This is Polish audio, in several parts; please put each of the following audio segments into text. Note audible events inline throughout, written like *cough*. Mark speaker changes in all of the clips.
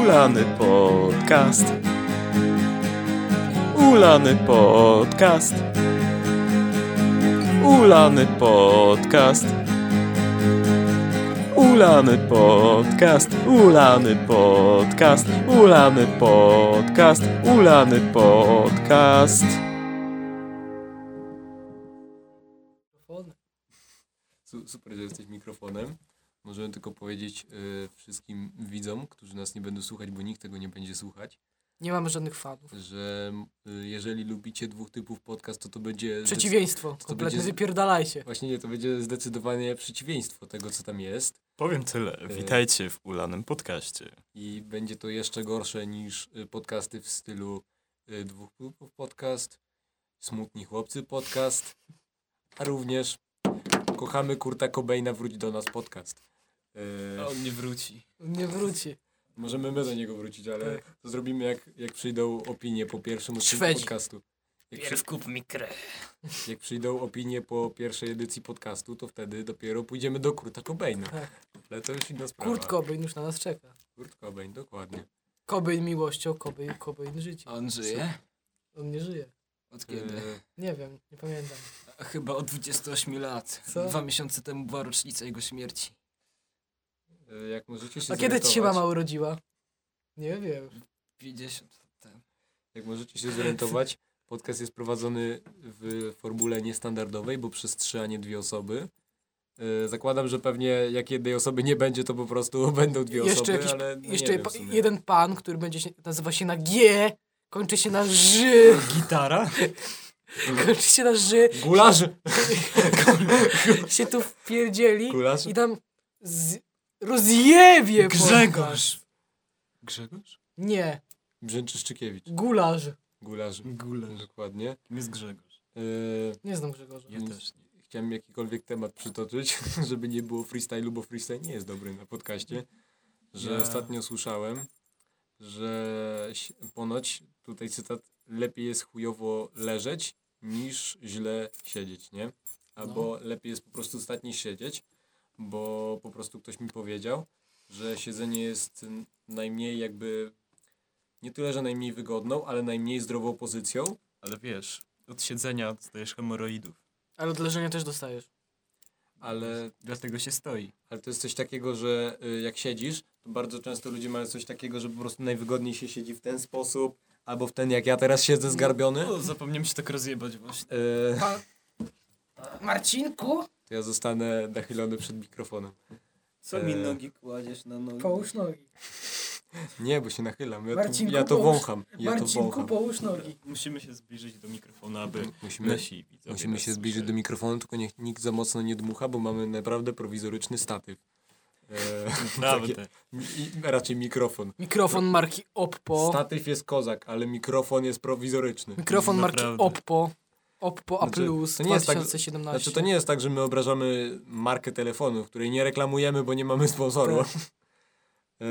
Speaker 1: Ulany Podcast. Ulany Podcast. Ulany Podcast. Ulany Podcast. Ulany Podcast. Ulany Podcast. Ulany Podcast.
Speaker 2: Su- Super, że jesteś mikrofonem. Możemy tylko powiedzieć y, wszystkim widzom, którzy nas nie będą słuchać, bo nikt tego nie będzie słuchać,
Speaker 3: Nie mamy żadnych fanów.
Speaker 2: że y, jeżeli lubicie dwóch typów podcast, to to będzie... zdecyd-
Speaker 3: Przeciwieństwo. Kompletnie
Speaker 2: będzie-
Speaker 3: wypierdalajcie.
Speaker 2: Właśnie nie, to będzie zdecydowanie przeciwieństwo tego, co tam jest.
Speaker 4: Powiem tyle. Witajcie w ulanym podcaście.
Speaker 2: I będzie to jeszcze gorsze niż y, podcasty w stylu y, dwóch typów podcast, smutni chłopcy podcast, a również kochamy Kurta Cobaina, wróć do nas podcast. Y,
Speaker 5: A on nie wróci.
Speaker 3: Nie wróci.
Speaker 2: Możemy my do niego wrócić, ale
Speaker 3: Tak.
Speaker 2: to zrobimy jak, jak przyjdą opinie po pierwszym odcinku
Speaker 3: Szwedzi.
Speaker 2: podcastu. Jak, przy,
Speaker 5: Pierw kup mi krew.
Speaker 2: jak przyjdą opinie po pierwszej edycji podcastu, to wtedy dopiero pójdziemy do Kurta Cobaina.
Speaker 3: Tak.
Speaker 2: Ale to już inna sprawa.
Speaker 3: Kurt Cobain już na nas czeka.
Speaker 2: Kurt Cobain, dokładnie.
Speaker 3: Cobain miłością, Cobain, Cobain życiem.
Speaker 5: A on żyje?
Speaker 3: On nie żyje.
Speaker 5: Od kiedy?
Speaker 2: E,
Speaker 3: Nie wiem, nie pamiętam.
Speaker 5: A Chyba od 28 lat.
Speaker 3: Co?
Speaker 5: Dwa miesiące temu była rocznica jego śmierci.
Speaker 2: e, jak możecie się
Speaker 3: A kiedy ci się
Speaker 2: zorientować-
Speaker 3: mama urodziła? Nie wiem.
Speaker 2: No
Speaker 5: 50 lat temu.
Speaker 2: Jak możecie się zorientować, podcast jest prowadzony w formule niestandardowej, bo przez trzy, a nie dwie osoby. E, Zakładam, że pewnie jak jednej osoby nie będzie, to po prostu *laughs* będą dwie
Speaker 3: Jeszcze,
Speaker 2: osoby,
Speaker 3: jakiś,
Speaker 2: ale no
Speaker 3: jeszcze
Speaker 2: nie wiem w
Speaker 3: pa-
Speaker 2: sumie.
Speaker 3: jeden pan, który będzie się, nazywa się na G, kończy się na Ż,
Speaker 2: *laughs*
Speaker 4: Gitara?
Speaker 3: kończy się na Ż,
Speaker 4: *laughs*
Speaker 2: Gularz!
Speaker 3: się tu wpierdzieli
Speaker 2: Gularz?
Speaker 3: i tam z, rozjewie podcast.
Speaker 4: Grzegorz!
Speaker 2: Grzegorz?
Speaker 3: Nie,
Speaker 2: Brzęczyszczykiewicz.
Speaker 3: gularz.
Speaker 2: Gularz.
Speaker 4: Gulasz.
Speaker 2: Dokładnie.
Speaker 4: Jest Grzegorz.
Speaker 2: Yy,
Speaker 3: Nie znam Grzegorza.
Speaker 4: Ja
Speaker 2: Nic.
Speaker 4: też nie.
Speaker 2: chciałem jakikolwiek temat przytoczyć, *laughs* żeby nie było freestylu, bo freestyle nie jest dobry na podcaście. Że
Speaker 4: Ja-
Speaker 2: ostatnio słyszałem, że si- ponoć, tutaj cytat, lepiej jest chujowo leżeć niż źle siedzieć, nie?
Speaker 4: No.
Speaker 2: Albo lepiej jest po prostu stać niż siedzieć, bo po prostu ktoś mi powiedział, że siedzenie jest n- najmniej jakby, nie tyle, że najmniej wygodną, ale najmniej zdrową pozycją,
Speaker 4: Ale wiesz, od siedzenia dostajesz hemoroidów.
Speaker 3: Ale od leżenia też dostajesz.
Speaker 2: ale
Speaker 4: Dlatego się stoi.
Speaker 2: Ale to jest coś takiego, że y, jak siedzisz, to bardzo często ludzie mają coś takiego, że po prostu najwygodniej się siedzi w ten sposób, albo w ten, jak ja teraz siedzę zgarbiony.
Speaker 3: No.
Speaker 4: O, zapomniałem się tak rozjebać właśnie.
Speaker 2: Y,
Speaker 3: Marcinku?
Speaker 2: to ja zostanę nachylony przed mikrofonem.
Speaker 5: Co
Speaker 2: mi Eee.
Speaker 5: nogi kładziesz na nogi?
Speaker 3: Połóż nogi.
Speaker 2: Nie, bo się nachylam. Ja to,
Speaker 3: Marcinku,
Speaker 2: ja to
Speaker 3: połóż-
Speaker 2: wącham. Ja to
Speaker 3: Marcinku,
Speaker 2: wącham.
Speaker 3: połóż nogi.
Speaker 4: Musimy się zbliżyć do mikrofonu, aby
Speaker 2: Musimy,
Speaker 4: nasi widzowie
Speaker 2: musimy
Speaker 4: nas
Speaker 2: się zbliżyć do
Speaker 4: słyszeli.
Speaker 2: mikrofonu, tylko niech nikt za mocno nie dmucha, bo mamy naprawdę prowizoryczny statyw.
Speaker 3: *laughs*
Speaker 2: E,
Speaker 4: Naprawdę.
Speaker 2: i raczej mikrofon.
Speaker 3: Mikrofon marki Oppo.
Speaker 2: Statyw jest kozak, ale mikrofon jest prowizoryczny.
Speaker 3: Mikrofon marki
Speaker 4: Naprawdę.
Speaker 3: Oppo. Oppo A+,
Speaker 2: Znaczy,
Speaker 3: plus
Speaker 2: to nie jest tak-
Speaker 3: 2017.
Speaker 2: Znaczy to nie jest tak, że my obrażamy markę telefonu, której nie reklamujemy, bo nie mamy sponsorów.
Speaker 4: Tak.
Speaker 2: *laughs* Eee,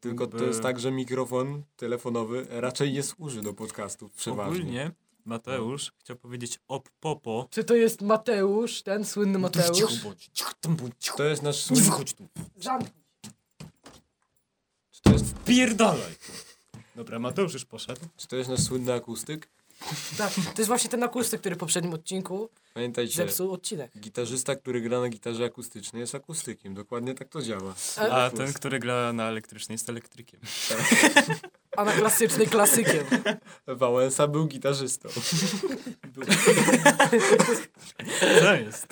Speaker 2: tylko to
Speaker 4: By-
Speaker 2: jest tak, że mikrofon telefonowy raczej nie służy do podcastów przeważnie.
Speaker 4: Ogólnie Mateusz chciał powiedzieć op popo.
Speaker 3: Czy to jest Mateusz, ten słynny
Speaker 2: No
Speaker 4: Cicho
Speaker 3: Mateusz?
Speaker 4: bądź, cicho tam bądź, cicho.
Speaker 2: To jest nasz
Speaker 4: Nie
Speaker 2: słynny,
Speaker 4: wychodź tu.
Speaker 3: Zamknij.
Speaker 2: czy to jest,
Speaker 4: Pierdalaj. Dobra, Mateusz już poszedł.
Speaker 2: czy to jest nasz słynny akustyk?
Speaker 3: Tak, to jest właśnie ten akustyk, który w poprzednim odcinku
Speaker 2: Pamiętajcie,
Speaker 3: zepsuł odcinek.
Speaker 2: gitarzysta, który gra na gitarze akustycznej jest akustykiem. Dokładnie tak to działa.
Speaker 4: A ten, który gra na elektrycznej jest
Speaker 2: *laughs*
Speaker 4: elektrykiem.
Speaker 3: A na klasyczny klasykiem.
Speaker 2: Wałęsa był gitarzystą.
Speaker 4: *laughs* Co jest?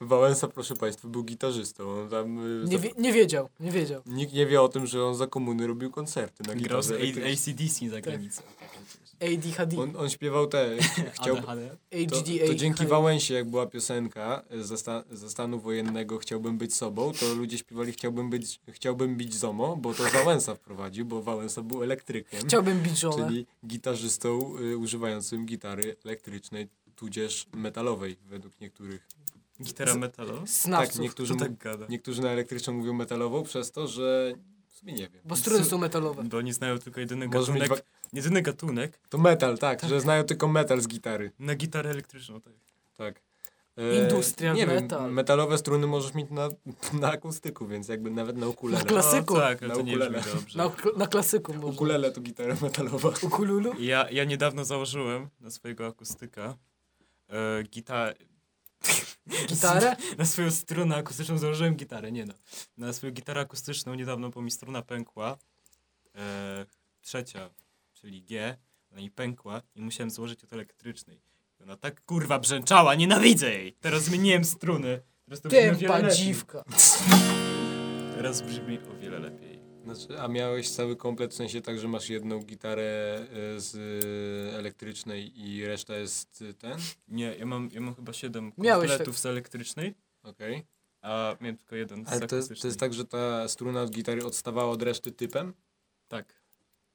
Speaker 2: Wałęsa, proszę Państwa, był gitarzystą. On tam, y,
Speaker 3: Nie,
Speaker 2: za-
Speaker 3: wie, nie wiedział, nie wiedział.
Speaker 2: Nikt nie wie o tym, że on za komuny robił koncerty na
Speaker 4: Grał z
Speaker 2: gitarze elektrycznej.
Speaker 4: ACDC
Speaker 2: Tak.
Speaker 4: za granicą.
Speaker 3: ADHD.
Speaker 2: On, on śpiewał
Speaker 4: *laughs*
Speaker 2: te. Chciał,
Speaker 4: ADHD?
Speaker 2: to,
Speaker 3: AGD,
Speaker 2: to dzięki Wałęsie, jak była piosenka y, ze, sta, ze stanu wojennego Chciałbym być sobą, to ludzie śpiewali Chciałbym być, chciałbym bić ZOMO, bo to Wałęsa wprowadził, bo Wałęsa był elektrykiem,
Speaker 3: Chciałbym bić żonę.
Speaker 2: czyli gitarzystą y, używającym gitary elektrycznej, tudzież metalowej według niektórych.
Speaker 4: Gitara metalowa?
Speaker 2: Tak,
Speaker 3: Snawców.
Speaker 2: niektórzy,
Speaker 4: Kto
Speaker 2: mu-
Speaker 4: tak gada?
Speaker 2: niektórzy na elektryczną mówią metalową przez to, że w sumie nie wiem.
Speaker 3: bo struny są metalowe.
Speaker 2: No,
Speaker 4: Bo oni znają tylko jedyny
Speaker 2: Może mieć
Speaker 4: gatunek, jedyny gatunek Tak.
Speaker 2: To metal, tak, że znają tylko metal z gitary.
Speaker 4: na gitarę elektryczną. Tak.
Speaker 2: Tak. E,
Speaker 3: Industrial
Speaker 2: nie
Speaker 3: metal.
Speaker 2: Wiem, metalowe struny możesz mieć na, *laughs* na akustyku, więc jakby nawet na ukulele.
Speaker 3: Na klasyku.
Speaker 4: No, tak, ale
Speaker 2: Na
Speaker 4: to nie
Speaker 2: ukulele.
Speaker 4: brzmi dobrze.
Speaker 3: Na, na klasyku może.
Speaker 2: *laughs* Ukulele to gitara metalowa.
Speaker 3: Ukululu?
Speaker 4: Ja, ja niedawno założyłem na swojego akustyka e, gitarę.
Speaker 3: Gitarę?
Speaker 4: Na swoją strunę akustyczną założyłem gitarę, nie no. Na swoją gitarę akustyczną niedawno, bo mi struna pękła. E, trzecia, czyli G, ona mi pękła i musiałem złożyć od elektrycznej. I Ona tak kurwa brzęczała, nienawidzę jej! Teraz zmieniłem struny. Teraz to brzmi o wiele
Speaker 3: Piępa
Speaker 4: lepiej.
Speaker 3: dziwka.
Speaker 4: Teraz brzmi o wiele lepiej.
Speaker 2: Znaczy, a miałeś cały komplet w sensie tak, że masz jedną gitarę e, z e, elektrycznej i reszta jest e, ten?
Speaker 4: Nie, ja mam, ja mam chyba siedem
Speaker 3: Miałeś
Speaker 2: tak.
Speaker 4: kompletów z elektrycznej,
Speaker 2: Okej.
Speaker 4: a miałem tylko jeden z
Speaker 2: Ale to jest, to
Speaker 4: akustycznej.
Speaker 2: jest tak, że ta struna od gitary odstawała od reszty typem?
Speaker 4: tak.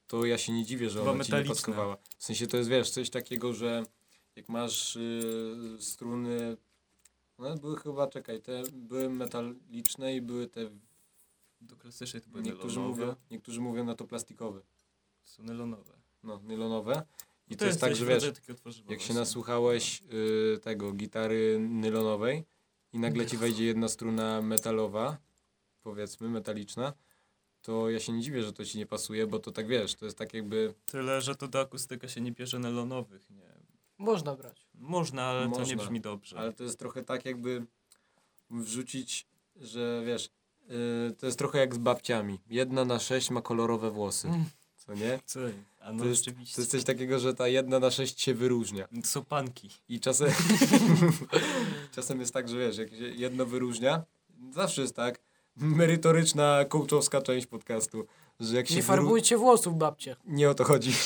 Speaker 2: to ja się nie dziwię, że
Speaker 4: Była
Speaker 2: ona ci nie
Speaker 4: metaliczna.
Speaker 2: podskowała. W sensie to jest, wiesz, coś takiego, że jak masz y, struny, one były chyba, czekaj, te były metaliczne i były te,
Speaker 4: Do klasycznej to były
Speaker 2: niektórzy
Speaker 4: nylonowe.
Speaker 2: mówią, niektórzy mówią na to plastikowe,
Speaker 4: Są nylonowe.
Speaker 2: no, nylonowe. I to, jest tak, że wiesz, jak się nasłuchałeś y, tego, gitary nylonowej i nagle ci wejdzie jedna struna metalowa, powiedzmy, metaliczna, to ja się nie dziwię, że to ci nie pasuje, bo to tak, wiesz, to jest tak jakby...
Speaker 4: Tyle, że to do akustyka
Speaker 2: tak-
Speaker 4: się nie bierze nylonowych, nie.
Speaker 3: Można brać.
Speaker 4: Można, ale to nie
Speaker 2: Można,
Speaker 4: brzmi dobrze.
Speaker 2: Ale to jest trochę tak, jakby wrzucić, że wiesz, yy, to jest trochę jak z babciami. Jedna na sześć ma kolorowe włosy.
Speaker 3: Mm.
Speaker 2: Co nie?
Speaker 4: Co? A no
Speaker 2: To jest,
Speaker 4: rzeczywiście.
Speaker 2: to jest coś takiego, że ta jedna na sześć się wyróżnia.
Speaker 4: To są panki.
Speaker 2: I czasem, *laughs* czasem jest tak, że wiesz, jak się jedno wyróżnia, zawsze jest tak, merytoryczna, kołczowska część podcastu, że jak się...
Speaker 3: Nie
Speaker 2: wyru-
Speaker 3: farbujcie włosów, babcie.
Speaker 2: Nie o to chodzi. *laughs*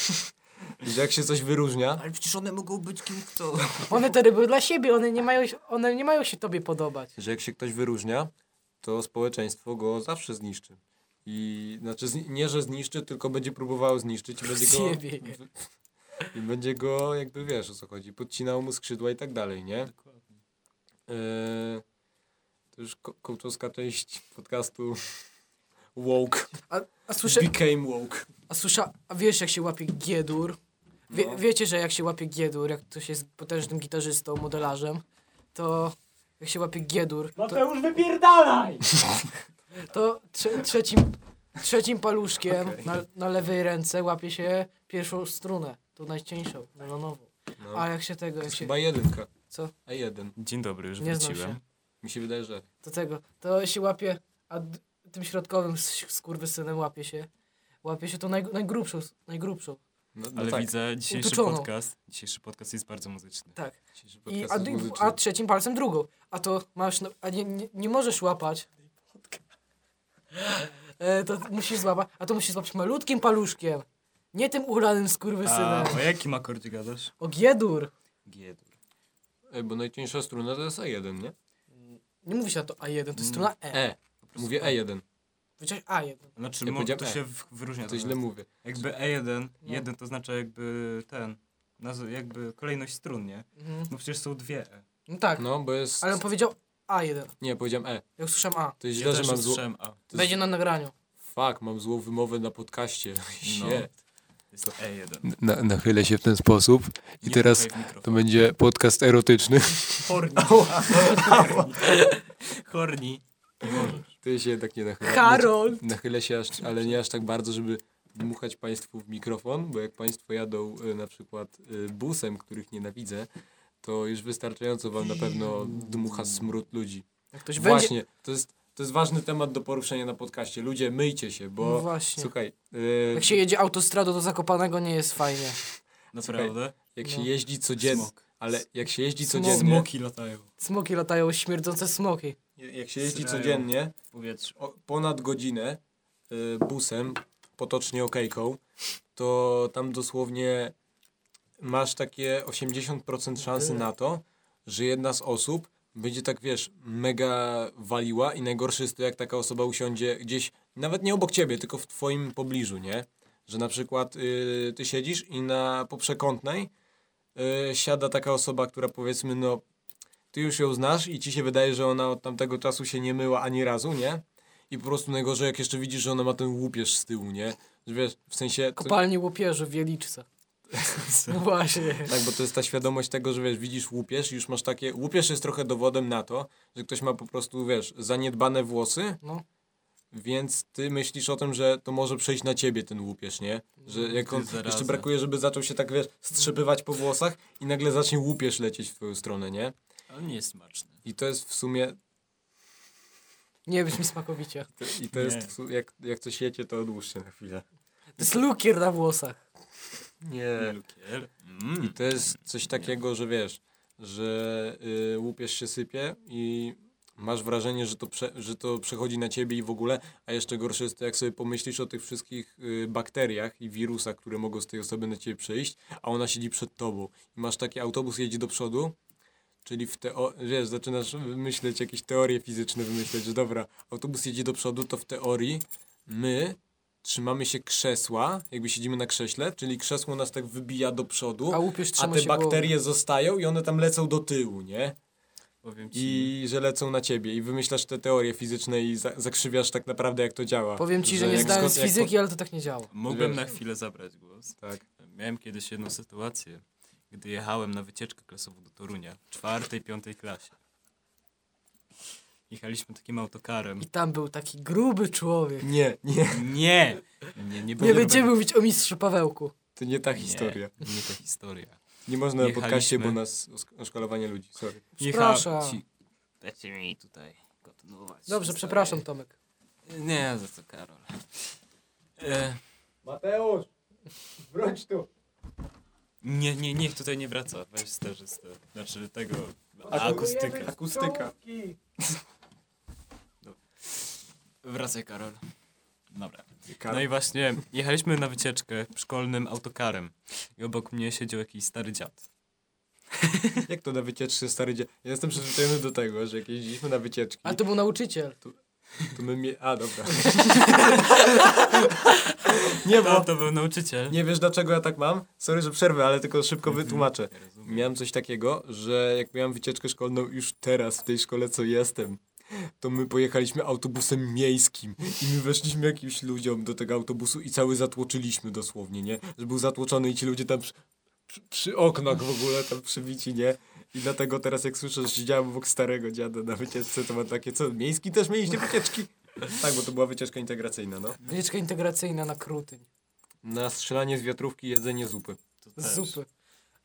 Speaker 2: że jak się coś wyróżnia,
Speaker 5: Ale przecież one mogą być kim kto.
Speaker 3: One te ryby dla siebie, one nie mają, one nie mają się tobie podobać.
Speaker 2: że jak się ktoś wyróżnia, to społeczeństwo go zawsze zniszczy. I znaczy zni- nie, że zniszczy, tylko będzie próbowało zniszczyć i będzie
Speaker 3: *laughs*
Speaker 2: go.
Speaker 3: Zjebie.
Speaker 2: I będzie go, jakby wiesz o co chodzi, podcinał mu skrzydła i tak dalej, nie?
Speaker 4: Dokładnie.
Speaker 2: Yy, to już ko- kołczowska część podcastu *laughs* Woke.
Speaker 3: A, a słyszę,
Speaker 2: Became woke.
Speaker 3: a słysza, a wiesz jak się łapie giedur? Wie, Wiecie, że jak się łapie giedur, jak ktoś jest potężnym gitarzystą, modelarzem, to jak się łapie giedur, to,
Speaker 4: już wypierdalaj!
Speaker 3: *laughs* to trze, trzecim, trzecim paluszkiem na, na lewej ręce łapie się pierwszą strunę, tą najcieńszą, melonową.
Speaker 2: No.
Speaker 3: A jak się tego,
Speaker 2: to
Speaker 3: jak
Speaker 2: jest
Speaker 3: się,
Speaker 2: chyba jedynka.
Speaker 3: co,
Speaker 2: A1.
Speaker 4: Dzień dobry, już
Speaker 3: Nie znam
Speaker 4: wróciłem.
Speaker 3: się.
Speaker 2: Mi się wydaje, że.
Speaker 3: do tego, to się łapie, a d- tym środkowym s- skurwysynem łapie się, łapie się tą naj, najgrubszą, najgrubszą,
Speaker 2: No, no
Speaker 4: Ale
Speaker 2: tak.
Speaker 4: widzę, dzisiejszy
Speaker 3: Utuczoną.
Speaker 4: podcast, dzisiejszy podcast jest bardzo muzyczny.
Speaker 3: tak.
Speaker 2: dzisiejszy
Speaker 3: I,
Speaker 2: podcast
Speaker 3: a,
Speaker 2: jest
Speaker 3: dru-
Speaker 2: muzyczny.
Speaker 3: a trzecim palcem drugą. A to masz. na- A nie, nie, nie możesz łapać. E, to musisz złapać. A to musisz złapać malutkim paluszkiem. Nie tym uranym
Speaker 4: A
Speaker 3: skurwysynem.
Speaker 4: o jakim akordzie gadasz?
Speaker 3: O giedur.
Speaker 4: Giedur.
Speaker 2: Ej, E, bo najcieńsza struna to jest A1, nie?
Speaker 3: Nie mówi się na to A1, to jest strona E.
Speaker 2: E. Mówię E1.
Speaker 3: Powiedziałeś A1.
Speaker 4: Znaczy,
Speaker 2: Ja
Speaker 4: mo-
Speaker 2: powiedziałem
Speaker 4: to
Speaker 2: E.
Speaker 4: się w- wyróżnia.
Speaker 2: To źle mówię.
Speaker 4: Jakby E1,
Speaker 3: No.
Speaker 4: jeden to znaczy jakby ten, nazw- jakby kolejność strun, nie?
Speaker 3: Mhm.
Speaker 4: No przecież są dwie E.
Speaker 3: No tak,
Speaker 2: No, bo jest.
Speaker 3: ale on powiedział A1.
Speaker 2: Nie, powiedziałem E.
Speaker 3: Ja usłyszałem A.
Speaker 2: To jest źle,
Speaker 4: Ja
Speaker 2: że
Speaker 4: też
Speaker 2: mam zło...
Speaker 4: usłyszałem A.
Speaker 2: To
Speaker 3: Będzie
Speaker 2: jest...
Speaker 3: na nagraniu.
Speaker 2: Fuck, mam złą wymowę na podcaście. *laughs*
Speaker 4: No.
Speaker 2: Shit.
Speaker 4: Jest to E1.
Speaker 1: Na, nachylę się w ten sposób i
Speaker 4: Nie
Speaker 1: teraz
Speaker 4: pukaj w mikrofon.
Speaker 1: to będzie podcast erotyczny.
Speaker 4: Horni. Horni.
Speaker 2: *laughs* Ty się jednak nie nachylasz.
Speaker 3: Karol!
Speaker 2: Nachylę się, aż, ale nie aż tak bardzo, żeby dmuchać Państwu w mikrofon, bo jak Państwo jadą y, na przykład y, busem, których nienawidzę, to już wystarczająco Wam na pewno dmucha smród ludzi.
Speaker 3: Jak ktoś będzie.
Speaker 2: Właśnie, to jest, to jest ważny temat do poruszenia na podcaście. Ludzie, myjcie się,
Speaker 3: No
Speaker 2: bo...
Speaker 3: właśnie.
Speaker 2: Słuchaj, y,
Speaker 3: Jak się jedzie autostradą do Zakopanego nie jest fajnie.
Speaker 4: Naprawdę?
Speaker 2: jak się
Speaker 3: no.
Speaker 2: jeździ codziennie,
Speaker 4: Smok.
Speaker 2: ale jak się jeździ
Speaker 3: Smok.
Speaker 2: codziennie,
Speaker 4: Smoki latają
Speaker 3: Smoki latają, śmierdzące smoki.
Speaker 2: jak się jeździ
Speaker 4: Srają.
Speaker 2: codziennie,
Speaker 4: w powietrzu.
Speaker 2: o, ponad godzinę y, busem, potocznie okejką, to tam dosłownie masz takie 80% szansy na to, że jedna z osób będzie tak, wiesz, mega waliła i najgorsze jest to, jak taka osoba usiądzie gdzieś, nawet nie obok ciebie, tylko w twoim pobliżu, nie? Że na przykład y, ty siedzisz i na poprzekątnej y, siada taka osoba, która powiedzmy, no ty już ją znasz i ci się wydaje, że ona od tamtego czasu się nie myła ani razu, nie? I po prostu najgorzej, jak jeszcze widzisz, że ona ma ten łupież z tyłu, nie? Że wiesz, w sensie... to- *laughs*
Speaker 3: Kopalnie łupieży w Wieliczce. No właśnie.
Speaker 2: Tak, bo to jest ta świadomość tego, że wiesz, widzisz łupież i już masz takie... Łupież jest trochę dowodem na to, że ktoś ma po prostu, wiesz, zaniedbane włosy,
Speaker 3: No.
Speaker 2: więc ty myślisz o tym, że to może przejść na ciebie ten łupież, nie? Że jak
Speaker 4: Mm, Ty
Speaker 2: on,
Speaker 4: zaraza.
Speaker 2: jeszcze brakuje, żeby zaczął się tak, wiesz, strzepywać po włosach i nagle zacznie łupież lecieć w twoją stronę, nie?
Speaker 4: Ale nie jest smaczny.
Speaker 2: I to jest w sumie...
Speaker 3: Nie brzmi smakowicie.
Speaker 2: To, I to
Speaker 4: Nie.
Speaker 2: jest... w su- Jak, jak coś jecie, to odłóżcie na chwilę.
Speaker 3: To jest lukier na włosach.
Speaker 4: E-
Speaker 2: Nie.
Speaker 4: Lukier. Mm.
Speaker 2: I to jest coś takiego, że wiesz, że y, łupież się sypie i masz wrażenie, że to, prze, że to przechodzi na ciebie i w ogóle, a jeszcze gorsze jest to, jak sobie pomyślisz o tych wszystkich y, bakteriach i wirusach, które mogą z tej osoby na ciebie przyjść, a ona siedzi przed tobą. I masz taki autobus jedzie do przodu, czyli w teo- wiesz, zaczynasz myśleć jakieś teorie fizyczne, wymyśleć, że dobra, autobus jedzie do przodu, to w teorii my trzymamy się krzesła, jakby siedzimy na krześle, czyli krzesło nas tak wybija do przodu.
Speaker 3: A łupież
Speaker 2: A
Speaker 3: trzyma
Speaker 2: te
Speaker 3: się
Speaker 2: bakterie zostają i one tam lecą do tyłu, nie?
Speaker 4: Powiem ci,
Speaker 2: I że lecą na ciebie i wymyślasz te teorie fizyczne i za zakrzywiasz tak naprawdę jak to działa.
Speaker 3: Głowy. Powiem ci, że,
Speaker 2: Że
Speaker 3: nie
Speaker 2: jak
Speaker 3: zdałem z
Speaker 2: skąd- Mm. jak
Speaker 3: fizyki, ale to tak nie działa.
Speaker 4: mógłbym
Speaker 2: wiesz.
Speaker 4: na chwilę zabrać głos.
Speaker 2: Tak.
Speaker 4: Miałem kiedyś jedną sytuację, gdy jechałem na wycieczkę klasową do Torunia, w czwartej, piątej klasie. Jechaliśmy takim autokarem.
Speaker 3: I tam był taki gruby człowiek.
Speaker 2: Nie, nie,
Speaker 4: Nie! Nie, nie, było
Speaker 3: Nie będziemy mówić o mistrzu Pawełku.
Speaker 2: to nie ta historia.
Speaker 4: Nie, nie ta historia.
Speaker 2: Nie można na
Speaker 4: Jechaliśmy.
Speaker 2: podcaście, bo nas osk- oszkalowanie ludzi, sorry.
Speaker 3: Przepraszam.
Speaker 4: Jecha- Ci... Dajcie mi tutaj kontynuować.
Speaker 3: Dobrze,
Speaker 4: historię.
Speaker 3: przepraszam Tomek.
Speaker 4: Nie, za co Karol. E,
Speaker 2: Mateusz, wróć tu.
Speaker 4: nie, nie, niech tutaj nie wraca. Weź starzystę. Znaczy tego...
Speaker 2: Akustyka.
Speaker 4: Akustykę.
Speaker 2: Akustyka.
Speaker 4: Wracaj Karol. Dobra. No i właśnie, jechaliśmy na wycieczkę szkolnym autokarem i obok mnie siedział jakiś stary dziad.
Speaker 2: Jak to na wycieczce stary dzie... Ja jestem przyzwyczajony do tego, że jak jeździliśmy na wycieczki,
Speaker 3: Ale to był nauczyciel.
Speaker 2: to my mie...
Speaker 3: *laughs*
Speaker 2: A, dobra.
Speaker 4: Nie, bo... To, to był nauczyciel.
Speaker 2: Nie wiesz dlaczego ja tak mam? Sorry, że przerwę, ale tylko szybko wytłumaczę. Miałem coś takiego, że jak miałem wycieczkę szkolną już teraz w tej szkole, co jestem, to my pojechaliśmy autobusem miejskim i my weszliśmy jakimś ludziom do tego autobusu i cały zatłoczyliśmy dosłownie, nie? Że był zatłoczony i ci ludzie tam przy, przy, przy oknach w ogóle tam przybici, nie? I dlatego teraz jak słyszę, że siedziałem obok starego dziada na wycieczce, to mam takie, co, miejski też mieliście wycieczki? Tak, bo to była wycieczka integracyjna, no.
Speaker 3: Wycieczka integracyjna na Krutyń.
Speaker 2: Na strzelanie z wiatrówki, jedzenie zupy.
Speaker 4: To
Speaker 3: Z
Speaker 4: też.
Speaker 3: zupy.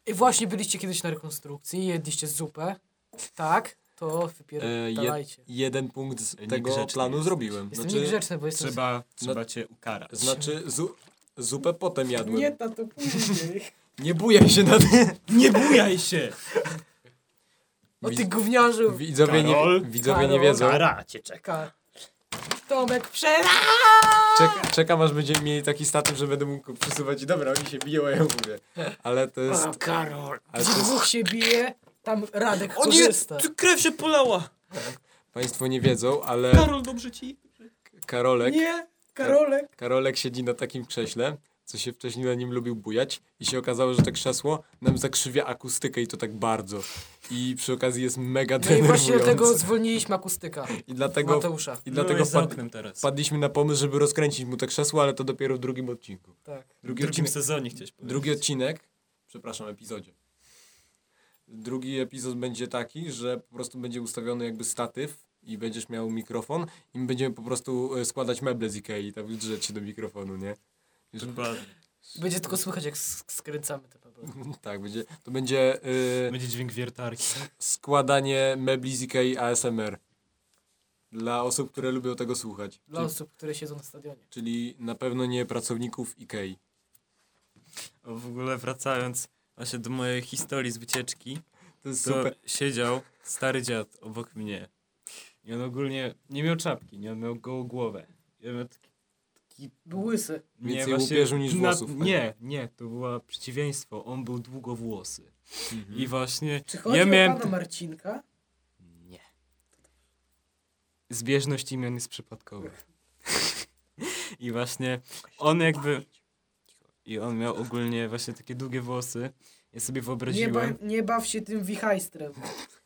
Speaker 3: I właśnie byliście kiedyś na rekonstrukcji i jedliście zupę. Tak? To
Speaker 2: E,
Speaker 3: wypierdalajcie.
Speaker 2: jeden punkt z
Speaker 4: Niegrzeczny
Speaker 2: tego planu
Speaker 4: jesteś.
Speaker 2: zrobiłem.
Speaker 3: Jestem niegrzeczny, bo jestem...
Speaker 4: znaczy, Trzeba, trzeba cię ukarać.
Speaker 2: znaczy zu, zupę potem jadłem. Nie,
Speaker 3: ta to później.
Speaker 2: bujaj się na tym.
Speaker 4: Nie bujaj się!
Speaker 3: *laughs* O ty gówniarzu.
Speaker 2: Widzowie, nie,
Speaker 4: Karol.
Speaker 2: widzowie nie
Speaker 3: Karol.
Speaker 2: wiedzą.
Speaker 4: Kara cię czeka.
Speaker 3: Ka- Tomek, przera!
Speaker 2: Czek, czekam aż będziemy mieli taki statyw, że będę mógł przesuwać i dobra, oni się biją, a ja mówię. Ale to jest...
Speaker 4: Karol.
Speaker 2: Ale to jest
Speaker 3: Dwóch się bije, tam Radek
Speaker 4: O nie!
Speaker 3: korzysta.
Speaker 4: Tu krew się polała!
Speaker 2: państwo nie wiedzą, ale
Speaker 4: Karol, dobrze ci?
Speaker 2: Karolek,
Speaker 3: Nie, Karolek.
Speaker 2: Karolek siedzi na takim krześle, co się wcześniej na nim lubił bujać i się okazało, że to krzesło nam zakrzywia akustykę i to tak bardzo. I przy okazji jest mega
Speaker 3: No i
Speaker 2: denerwujące.
Speaker 3: właśnie dlatego zwolniliśmy akustyka.
Speaker 2: I dlatego
Speaker 3: Mateusza.
Speaker 2: I
Speaker 4: Dlatego
Speaker 2: dlatego
Speaker 4: jest No za
Speaker 2: wpad,
Speaker 4: oknem teraz.
Speaker 2: wpadliśmy na pomysł, żeby rozkręcić mu te krzesło, ale to dopiero w drugim odcinku.
Speaker 3: Tak.
Speaker 4: w
Speaker 2: Drugi,
Speaker 4: drugim
Speaker 2: odcinek,
Speaker 4: sezonie chciałeś powiedzieć.
Speaker 2: drugi odcinek, przepraszam, epizodzie. Drugi epizod będzie taki, że po prostu będzie ustawiony jakby statyw i będziesz miał mikrofon i my będziemy po prostu e, składać meble z Ikei i tam drzeć się do mikrofonu, nie? *laughs* Już,
Speaker 4: Dokładnie.
Speaker 3: Będzie tylko słychać, jak sk- skręcamy te pewnie.
Speaker 2: tak, będzie, to będzie e,
Speaker 4: Będzie dźwięk wiertarki.
Speaker 2: składanie mebli z Ikei ASMR. Dla osób, które lubią tego słuchać.
Speaker 3: Dla
Speaker 2: Czyli,
Speaker 3: osób, które siedzą na stadionie.
Speaker 2: czyli na pewno nie pracowników Ikei.
Speaker 4: O, w ogóle wracając właśnie do mojej historii z wycieczki,
Speaker 2: To jest
Speaker 4: to
Speaker 2: super.
Speaker 4: siedział stary dziad obok mnie. I on ogólnie nie miał czapki, nie on miał gołą głowę. I on miał taki, taki
Speaker 3: Był Łysy.
Speaker 2: Więcej łupieżu niż włosów, tak?
Speaker 4: Nie, nie, to było przeciwieństwo. On był długowłosy.
Speaker 2: Mhm.
Speaker 4: I właśnie
Speaker 3: Czy
Speaker 4: ja miałem...
Speaker 3: Marcinka?
Speaker 4: Nie. Zbieżność imion jest przypadkowa. I właśnie on jakby... I on miał ogólnie właśnie takie długie włosy. Ja sobie wyobraziłem...
Speaker 3: nie baw się tym wichajstrem.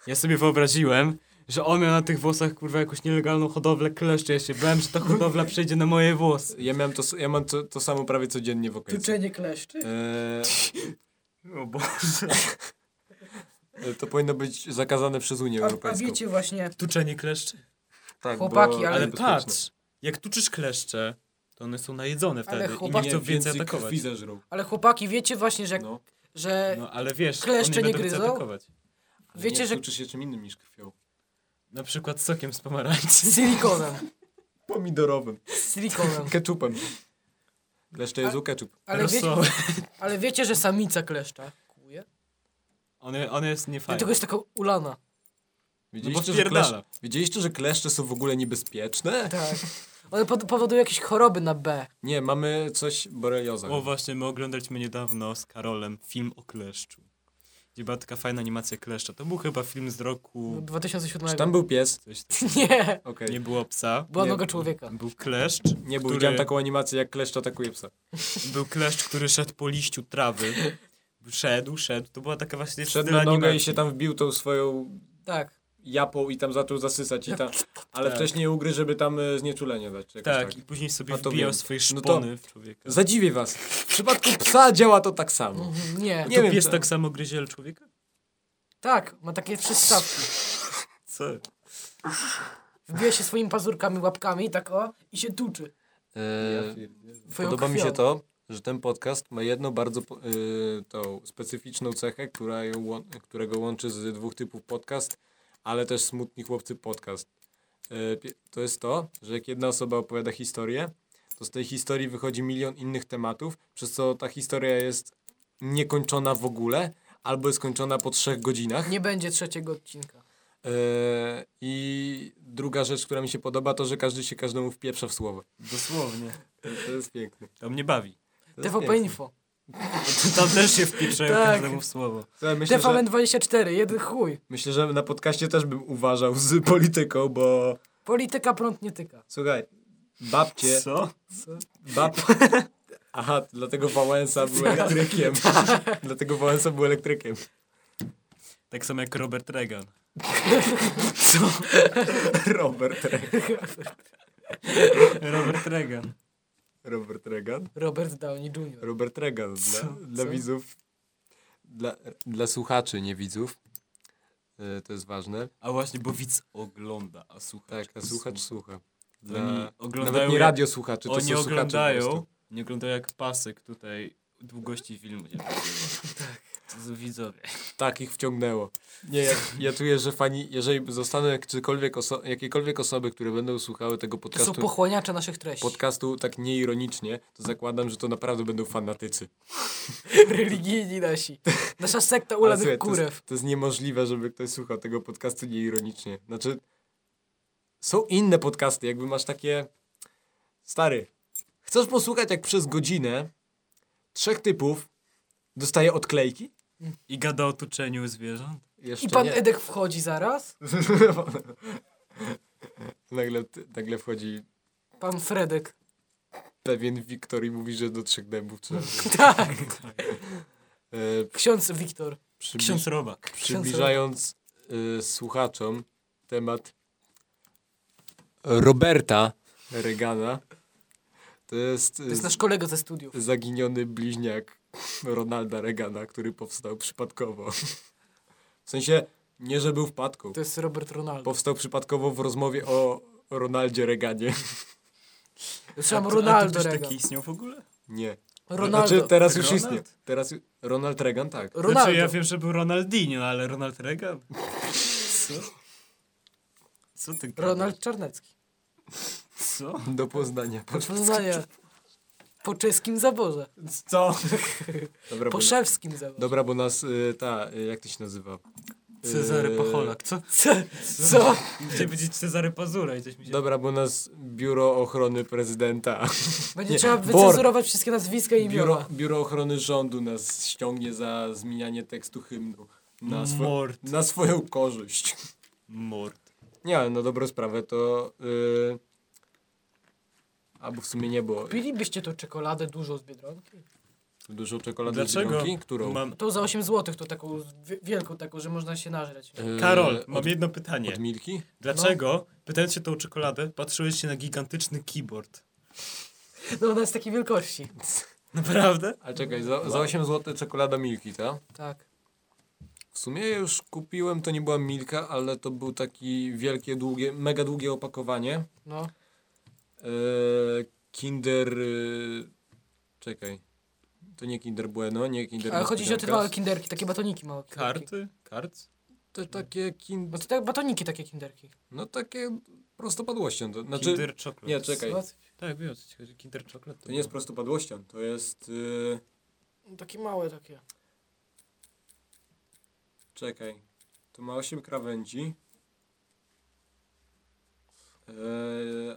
Speaker 4: Ja sobie wyobraziłem, że on miał na tych włosach kurwa jakąś nielegalną hodowlę kleszczy. Ja się bałem, że ta hodowla przejdzie na moje włosy.
Speaker 2: Ja, miałem to, s- ja mam to, to samo prawie codziennie w okolicy.
Speaker 3: Tuczenie kleszczy?
Speaker 2: Eee,
Speaker 4: O Boże.
Speaker 2: e, to powinno być zakazane przez Unię
Speaker 3: A, a
Speaker 2: Europejską.
Speaker 3: wiecie właśnie,
Speaker 4: Tuczenie kleszczy?
Speaker 2: tak,
Speaker 3: chłopaki,
Speaker 2: bo-
Speaker 3: Ale
Speaker 4: Ale
Speaker 2: bezpieczne.
Speaker 4: patrz, jak tuczysz kleszcze, to one są najedzone
Speaker 3: Ale
Speaker 4: wtedy i
Speaker 3: chłopaki-
Speaker 4: nie
Speaker 2: Nie,
Speaker 4: chcą więcej
Speaker 2: więcej
Speaker 4: atakować.
Speaker 2: krwi zażrą.
Speaker 3: ale chłopaki, wiecie właśnie, że, jak-
Speaker 2: No.
Speaker 3: że
Speaker 4: No ale wiesz,
Speaker 3: Kleszcze
Speaker 4: one
Speaker 3: nie
Speaker 4: będą
Speaker 3: gryzą?
Speaker 4: chcą atakować.
Speaker 2: Ale
Speaker 3: Wiecie,
Speaker 2: nie,
Speaker 3: że-
Speaker 2: Uczy się czym innym niż krwią.
Speaker 4: Na przykład sokiem z pomarańczy.
Speaker 3: *laughs* z silikonem,
Speaker 2: Pomidorowym.
Speaker 3: z silikonem.
Speaker 2: Ketchupem. Kleszcze jest u ketchup.
Speaker 3: Ale, wie,
Speaker 4: Rosołem.
Speaker 3: ale wiecie, że samica kleszcza kuje?
Speaker 4: One, one jest
Speaker 2: Tak.
Speaker 4: niefajne.
Speaker 3: Dlatego jest taka ulana.
Speaker 2: Widzieliście, że
Speaker 4: No wpierdala.
Speaker 2: kleszcze, widzieliście, że kleszcze są w ogóle niebezpieczne?
Speaker 3: Tak. One pod- powodują jakieś choroby na B.
Speaker 2: Nie, mamy coś borelioza.
Speaker 4: O właśnie, my oglądaliśmy niedawno z Karolem film o kleszczu. Gdzie była taka fajna animacja kleszcza. To był chyba film z
Speaker 2: No
Speaker 4: roku...
Speaker 3: 2007.
Speaker 2: Czy tam był pies?
Speaker 4: Coś tam.
Speaker 3: *laughs* Nie,
Speaker 2: Okej.
Speaker 4: Nie było psa.
Speaker 3: była
Speaker 2: Nie.
Speaker 3: noga człowieka.
Speaker 4: Był kleszcz,
Speaker 2: Nie, bo
Speaker 4: który,
Speaker 2: widziałem taką animację, jak kleszcz atakuje psa.
Speaker 4: był kleszcz, który szedł po liściu trawy. Szedł, szedł. To była taka właśnie
Speaker 2: Wszedł
Speaker 4: styl
Speaker 2: na nogę i
Speaker 4: animacji.
Speaker 2: się tak- tam wbił tą swoją
Speaker 3: Tak.
Speaker 2: japą i tam zaczął zasysać i
Speaker 4: *laughs*
Speaker 2: tam... Ale
Speaker 4: Tak.
Speaker 2: wcześniej ugry, żeby tam e, znieczulenie dać. czy jakoś
Speaker 4: Tak,
Speaker 2: tak.
Speaker 4: i później sobie
Speaker 2: A to
Speaker 4: wbijał
Speaker 2: wiem.
Speaker 4: swoje
Speaker 2: No to-
Speaker 4: szpony w człowieka.
Speaker 2: Zadziwię was. W przypadku psa działa to tak samo.
Speaker 3: Mhm, Nie.
Speaker 2: Nie.
Speaker 4: Nie to
Speaker 2: wiem,
Speaker 4: pies
Speaker 2: co-
Speaker 4: tak samo gryzie ale człowieka?
Speaker 3: Tak, ma takie trzy stawki.
Speaker 4: Co?
Speaker 3: Wbija się swoimi pazurkami, łapkami, tak o, i się tuczy.
Speaker 4: No.
Speaker 2: E,
Speaker 3: Twoją
Speaker 2: Podoba mi
Speaker 3: krwią.
Speaker 2: się to, że ten podcast ma jedną bardzo po- y, tą specyficzną cechę, która ją, łą- którego łączy z dwóch typów podcast, ale też Smutni Chłopcy podcast. Y, pie- to jest to, że jak jedna osoba opowiada historię, to z tej historii wychodzi milion innych tematów, przez co ta historia jest niekończona w ogóle, albo jest kończona po trzech godzinach.
Speaker 3: Nie będzie trzeciego odcinka.
Speaker 2: Y, I druga rzecz, która mi się podoba, to, że każdy się każdemu wpieprza w słowo.
Speaker 4: Dosłownie.
Speaker 2: To, to jest piękne.
Speaker 4: To mnie bawi.
Speaker 2: To jest
Speaker 3: TVP
Speaker 2: piękne.
Speaker 3: Info.
Speaker 4: Tam też się wpieprzają
Speaker 3: Tak.
Speaker 4: każdemu w słowo.
Speaker 2: Słuchaj, myślę, że-
Speaker 3: TVN24, jeden chuj.
Speaker 2: Myślę, że na podcaście też bym uważał z polityką, bo
Speaker 3: Polityka prąd nie tyka.
Speaker 2: słuchaj, babcie,
Speaker 4: Co?
Speaker 2: bab...
Speaker 3: *laughs*
Speaker 2: Aha, dlatego Wałęsa był elektrykiem.
Speaker 3: tak.
Speaker 2: *laughs* dlatego Wałęsa był elektrykiem.
Speaker 4: Tak samo jak Robert Reagan.
Speaker 2: Robert, Re-
Speaker 4: Robert Reagan.
Speaker 2: Robert Reagan.
Speaker 3: Robert Downey Jr.
Speaker 2: Robert Reagan dla, dla
Speaker 3: Co?
Speaker 2: widzów, dla, dla słuchaczy, nie widzów. E, To jest ważne.
Speaker 4: A właśnie, bo widz ogląda, a słuchacz.
Speaker 2: Tak, a słuchacz słucha. Dla,
Speaker 4: Oni oglądają
Speaker 2: nawet nie
Speaker 4: jak-
Speaker 2: radio słuchaczy, to
Speaker 4: Oni
Speaker 2: są słuchacze po
Speaker 4: oglądają,
Speaker 2: prostu.
Speaker 4: nie oglądają jak pasek tutaj długości filmu. nie?
Speaker 2: *laughs*
Speaker 4: To są widzowie.
Speaker 2: Tak ich wciągnęło. Tak. Nie, ja, ja czuję, że fani, jeżeli zostaną jakiekolwiek oso jakiekolwiek osoby, które będą słuchały tego
Speaker 3: To są
Speaker 2: podcastu,
Speaker 3: pochłaniacze naszych treści.
Speaker 2: podcastu tak nieironicznie, to zakładam, że to naprawdę będą fanatycy.
Speaker 3: *laughs* Religijni nasi. Nasza sekta
Speaker 2: *laughs* Ale
Speaker 3: ulanych
Speaker 2: słuchaj, to,
Speaker 3: kurew.
Speaker 2: jest, to jest niemożliwe, żeby ktoś słuchał tego podcastu nieironicznie. Znaczy, są inne podcasty, jakby masz takie... Stary, chcesz posłuchać jak przez godzinę trzech typów dostaje odklejki?
Speaker 4: I gada o tuczeniu zwierząt.
Speaker 2: Jeszcze
Speaker 3: I pan e-
Speaker 2: nie.
Speaker 3: Edek wchodzi zaraz.
Speaker 2: nagle, nagle wchodzi
Speaker 3: Pan Fredek. *laughs*
Speaker 2: pewien Wiktor i mówi, że do trzech
Speaker 3: *laughs*
Speaker 2: dębów trzeba.
Speaker 3: Tak.
Speaker 2: E,
Speaker 3: Ksiądz Wiktor.
Speaker 2: przybliż-
Speaker 4: Ksiądz Robak.
Speaker 2: przybliżając e, słuchaczom temat
Speaker 1: Roberta.
Speaker 2: Regana, to jest, y,
Speaker 3: To jest nasz kolega ze studiów.
Speaker 2: zaginiony bliźniak Ronalda Regana, który powstał przypadkowo. W sensie, nie że był wpadką.
Speaker 3: To jest Robert Ronaldo.
Speaker 2: Powstał przypadkowo w rozmowie o Ronaldzie Reganie.
Speaker 3: Sam
Speaker 4: A-
Speaker 3: Ronaldo
Speaker 4: A to też
Speaker 3: Reagan.
Speaker 4: taki istniał w ogóle?
Speaker 2: *laughs* Nie.
Speaker 3: Ronaldo.
Speaker 2: Znaczy, teraz już
Speaker 4: Ronald?
Speaker 2: istnieje. Teraz Ronald Reagan, tak.
Speaker 3: Ronaldo.
Speaker 4: Znaczy ja wiem, że był Ronaldinho, no ale Ronald Reagan? Co? Co ty gadasz?
Speaker 3: Ronald Czarnecki.
Speaker 4: Co?
Speaker 2: Do Poznania. *laughs*
Speaker 3: Poznanie. Po czeskim zaborze. *laughs*
Speaker 2: Co? Dobra, bo,
Speaker 3: Po szewskim zaborze.
Speaker 2: dobra, bo nas y, ta, y, jak to się nazywa? Y,
Speaker 4: Cezary Pacholak. Co?
Speaker 3: Co? Co?
Speaker 4: Gdzie będzie Cezary Pazura i coś mi się...
Speaker 2: Dobra, bo nas Biuro Ochrony Prezydenta,
Speaker 3: Będzie
Speaker 2: Nie,
Speaker 3: trzeba
Speaker 2: Bor.
Speaker 3: wycenzurować wszystkie nazwiska i
Speaker 2: biuro,
Speaker 3: imiona.
Speaker 2: biuro Ochrony Rządu nas ściągnie za zmienianie tekstu hymnu na,
Speaker 4: Mm.
Speaker 2: swo-
Speaker 4: Mord.
Speaker 2: na swoją korzyść.
Speaker 4: Mord.
Speaker 2: Nie, ale na dobrą sprawę to... Y, albo w sumie nie było.
Speaker 3: Pilibyście tą czekoladę dużo z Biedronki?
Speaker 2: Dużo czekolady
Speaker 4: Dlaczego?
Speaker 2: z Biedronki? Którą?
Speaker 4: Mam...
Speaker 3: Tą za 8 zł, tą taką wi- wielką taką, że można się nażreć.
Speaker 2: E,
Speaker 4: Karol,
Speaker 2: od-
Speaker 4: mam jedno pytanie.
Speaker 2: Od no. Milki?
Speaker 4: Dlaczego, pytając się tą czekoladę, patrzyłeś się na gigantyczny keyboard? *laughs*
Speaker 3: No ona jest takiej wielkości.
Speaker 4: Naprawdę?
Speaker 2: A czekaj, za, za 8 zł czekolada Milki, ta?
Speaker 3: Tak.
Speaker 2: W sumie ja już kupiłem, to nie była Milka, ale to był taki wielkie, długie, mega długie opakowanie.
Speaker 3: No.
Speaker 2: E, Kinder... e, Czekaj. To nie Kinder Bueno, nie Kinder
Speaker 3: Ale chodzi ci o te
Speaker 2: Niespodzianka.
Speaker 3: małe kinderki, takie batoniki małe. kinderki.
Speaker 4: Karty? Kart?
Speaker 2: Te takie
Speaker 3: Bo
Speaker 2: kind...
Speaker 3: to tak batoniki takie kinderki.
Speaker 2: No takie prostopadłością. To, znaczy,
Speaker 4: Kinder Chocolate.
Speaker 2: nie, czekaj.
Speaker 4: Tak, wiem o co ci chodzi. Kinder Chocolate
Speaker 2: To nie jest prostopadłością, to jest... e,
Speaker 3: No, Takie małe takie.
Speaker 2: Czekaj. To ma 8 krawędzi. Eee,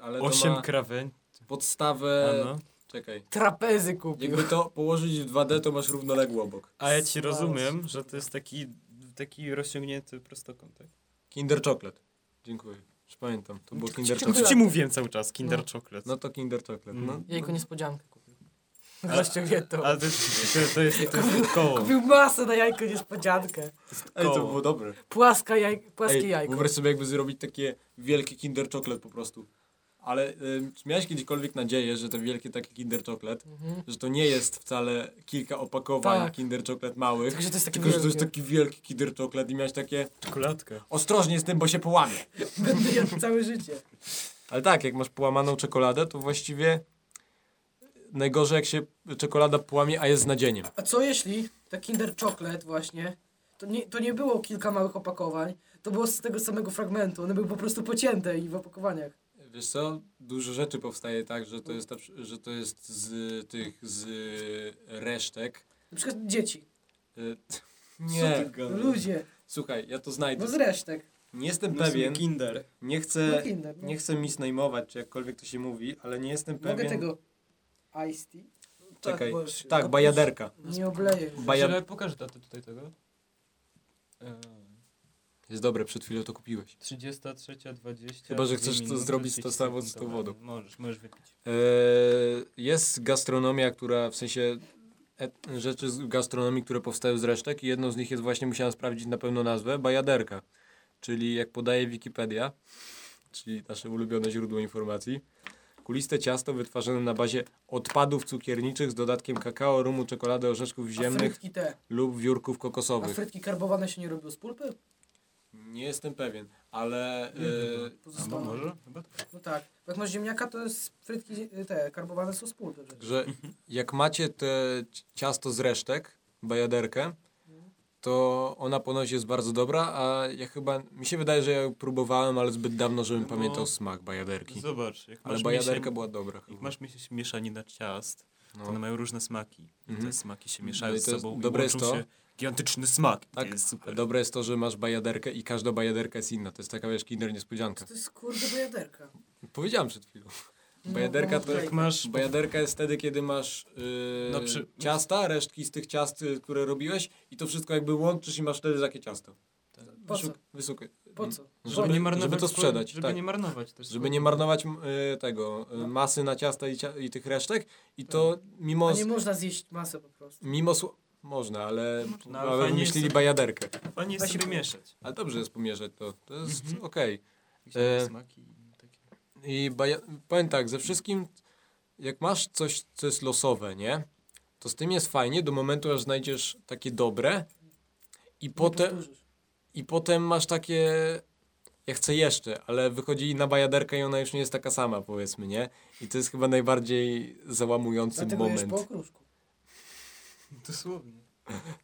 Speaker 2: ale to
Speaker 4: 8
Speaker 2: ma E,
Speaker 4: krawędzi. no.
Speaker 2: podstawę...
Speaker 4: Ano.
Speaker 2: Czekaj.
Speaker 3: Trapezy kupił.
Speaker 2: Jakby to położyć w 2D, to masz równoległy obok.
Speaker 4: A ja ci rozumiem, że to jest taki, taki rozciągnięty prostokąt. Tak?
Speaker 2: Kinder Chocolate. Dziękuję. Już pamiętam. To było Kinder
Speaker 4: Co
Speaker 2: Chocolate.
Speaker 4: ci mówiłem cały czas? Kinder
Speaker 3: No.
Speaker 4: Chocolate.
Speaker 2: Tak. No to Kinder Chocolate. No.
Speaker 3: Jejku niespodziankę kupił. Właściwie to.
Speaker 4: Ale to, jest- to, to jest
Speaker 2: *laughs*
Speaker 4: to jest koło.
Speaker 3: Kupił masę na jajko niespodziankę.
Speaker 2: Ej, to
Speaker 4: koło.
Speaker 2: było dobre.
Speaker 3: Płaska jaj... Płaskie
Speaker 2: Ej,
Speaker 3: jajko.
Speaker 2: wyobraź sobie jakby zrobić takie wielkie Kinder Chocolate po prostu. Ale y, czy miałeś kiedykolwiek nadzieję, że te wielkie takie Kinder Chocolate,
Speaker 3: Mhm.
Speaker 2: że to nie jest wcale kilka opakowań
Speaker 3: Tak.
Speaker 2: Kinder Chocolate małych,
Speaker 3: Tylko, że to jest takie
Speaker 2: Tylko, że to jest
Speaker 3: wielkie.
Speaker 2: taki wielki kinder czekolad i miałeś takie
Speaker 4: Czekoladka.
Speaker 2: ostrożnie z tym, bo się połamie.
Speaker 3: Będę jadł całe życie.
Speaker 2: Ale tak, jak masz połamaną czekoladę, to właściwie najgorzej jak się czekolada połamie, a jest z nadzieniem.
Speaker 3: A co jeśli ten Kinder Chocolate właśnie, to nie, to nie było kilka małych opakowań, to było z tego samego fragmentu, one były po prostu pocięte i w opakowaniach.
Speaker 2: Wiesz co, dużo rzeczy powstaje tak, że to jest, na przy- że to jest z tych, z resztek.
Speaker 3: Na przykład dzieci,
Speaker 2: Y,
Speaker 4: Co ty
Speaker 2: *laughs* Nie,
Speaker 4: gadasz?
Speaker 3: ludzie,
Speaker 2: słuchaj, ja to
Speaker 3: no
Speaker 2: znajdę.
Speaker 3: z resztek,
Speaker 2: Nie jestem
Speaker 4: No, są
Speaker 2: pewien,
Speaker 4: Kinder.
Speaker 2: nie
Speaker 3: no
Speaker 2: chcę,
Speaker 3: Kinder. No.
Speaker 2: E, nie chcę misnajmować, czy jakkolwiek to się mówi, ale nie jestem
Speaker 3: Mogę
Speaker 2: pewien.
Speaker 3: tego Ice Tea?
Speaker 2: Czekaj,
Speaker 4: możesz.
Speaker 2: tak, bajaderka.
Speaker 3: Nie obleję.
Speaker 2: Baja...
Speaker 4: Pokaż Znaczy, datę tutaj tego. E,
Speaker 2: Jest dobre, przed chwilą to kupiłeś.
Speaker 4: 33, 20.
Speaker 2: Chyba, że
Speaker 4: dwie
Speaker 2: chcesz to
Speaker 4: minuty,
Speaker 2: zrobić to
Speaker 4: 30
Speaker 2: samo z tą
Speaker 4: sekund.
Speaker 2: wodą.
Speaker 4: Dobra, Możesz, możesz wypić.
Speaker 2: Eee, Jest gastronomia, która w sensie et- rzeczy z gastronomii, które powstają z resztek i jedną z nich jest właśnie, musiałem sprawdzić na pewno nazwę, bajaderka. Czyli jak podaje Wikipedia, czyli nasze ulubione źródło informacji, kuliste ciasto wytwarzane na bazie odpadów cukierniczych z dodatkiem kakao, rumu, czekolady, orzeszków
Speaker 3: A
Speaker 2: ziemnych
Speaker 3: frytki te,
Speaker 2: lub wiórków
Speaker 3: a
Speaker 2: kokosowych.
Speaker 3: frytki karbowane się nie robią z pulpy?
Speaker 2: Nie jestem pewien, ale... eee,
Speaker 4: Albo
Speaker 3: Pozostaną.
Speaker 4: może? Chyba tak.
Speaker 3: No tak, bo jak masz ziemniaka, to jest frytki zie- te, karbowane są z pulpy. przecież.
Speaker 2: że jak macie te ci- ciasto z resztek, bajaderkę, to ona ponoć jest bardzo dobra, a ja chyba, mi się wydaje, że ja ją próbowałem, ale zbyt dawno, żebym
Speaker 4: No bo-
Speaker 2: pamiętał smak bajaderki.
Speaker 4: Zobacz, jak
Speaker 2: Ale
Speaker 4: masz
Speaker 2: bajaderka
Speaker 4: miesię-
Speaker 2: była dobra.
Speaker 4: Jak
Speaker 2: chyba.
Speaker 4: masz miesię- mieszanina ciast,
Speaker 2: No.
Speaker 4: to one mają różne smaki. I
Speaker 2: Mhm.
Speaker 4: Te smaki się mieszają
Speaker 2: No i
Speaker 4: ze
Speaker 2: to jest-
Speaker 4: sobą i
Speaker 2: dobre
Speaker 4: łączą
Speaker 2: jest to-
Speaker 4: się gigantyczny smak. Tak,
Speaker 2: Tak,
Speaker 4: to jest super.
Speaker 2: Dobre jest to, że masz bajaderkę i każda bajaderka jest inna. To jest taka, wiesz, kinder niespodzianka.
Speaker 3: Co To jest kurde bojaderka.
Speaker 2: Powiedziałem przed chwilą.
Speaker 3: No,
Speaker 2: Bajaderka
Speaker 3: no,
Speaker 2: to
Speaker 4: Jak masz
Speaker 2: Bajaderka jest wtedy, kiedy masz yy,
Speaker 4: No przy-
Speaker 2: ciasta, resztki z tych ciast, y, które robiłeś i to wszystko jakby łączysz i masz wtedy takie ciasto.
Speaker 3: Po co?
Speaker 2: Wysokie.
Speaker 3: Po co?
Speaker 2: Żeby, nie marnować, żeby to
Speaker 4: swojej-
Speaker 2: sprzedać,
Speaker 4: Żeby
Speaker 2: tak.
Speaker 4: nie marnować też.
Speaker 2: żeby nie marnować m, y, tego, y, masy na ciasta i, cia i tych resztek i to
Speaker 4: No.
Speaker 2: mimo,
Speaker 3: A
Speaker 2: s-
Speaker 3: nie można zjeść masę po prostu.
Speaker 2: mimo sło- można, ale,
Speaker 4: No, ale
Speaker 2: ale
Speaker 4: fajnie
Speaker 2: wymyślili
Speaker 4: jest-
Speaker 2: bajaderkę.
Speaker 4: Fajnie jest
Speaker 3: Da się
Speaker 4: sobie
Speaker 3: po-
Speaker 4: mieszać.
Speaker 2: Ale dobrze jest pomierzać to, to jest
Speaker 4: Mhm.
Speaker 2: okej.
Speaker 4: Jakieś nowe
Speaker 2: E,
Speaker 4: smaki i takie. *laughs*
Speaker 2: I baja- powiem tak, ze wszystkim, jak masz coś, co jest losowe, nie? To z tym jest fajnie do momentu, aż znajdziesz takie dobre i
Speaker 3: Potem...
Speaker 2: potem, i potem masz takie, ja chcę jeszcze, ale wychodzi na bajaderkę i ona już nie jest taka sama, powiedzmy, nie? I to jest chyba najbardziej załamujący
Speaker 3: Dlatego jesz
Speaker 2: moment.
Speaker 3: po okruszku.
Speaker 4: Dosłownie.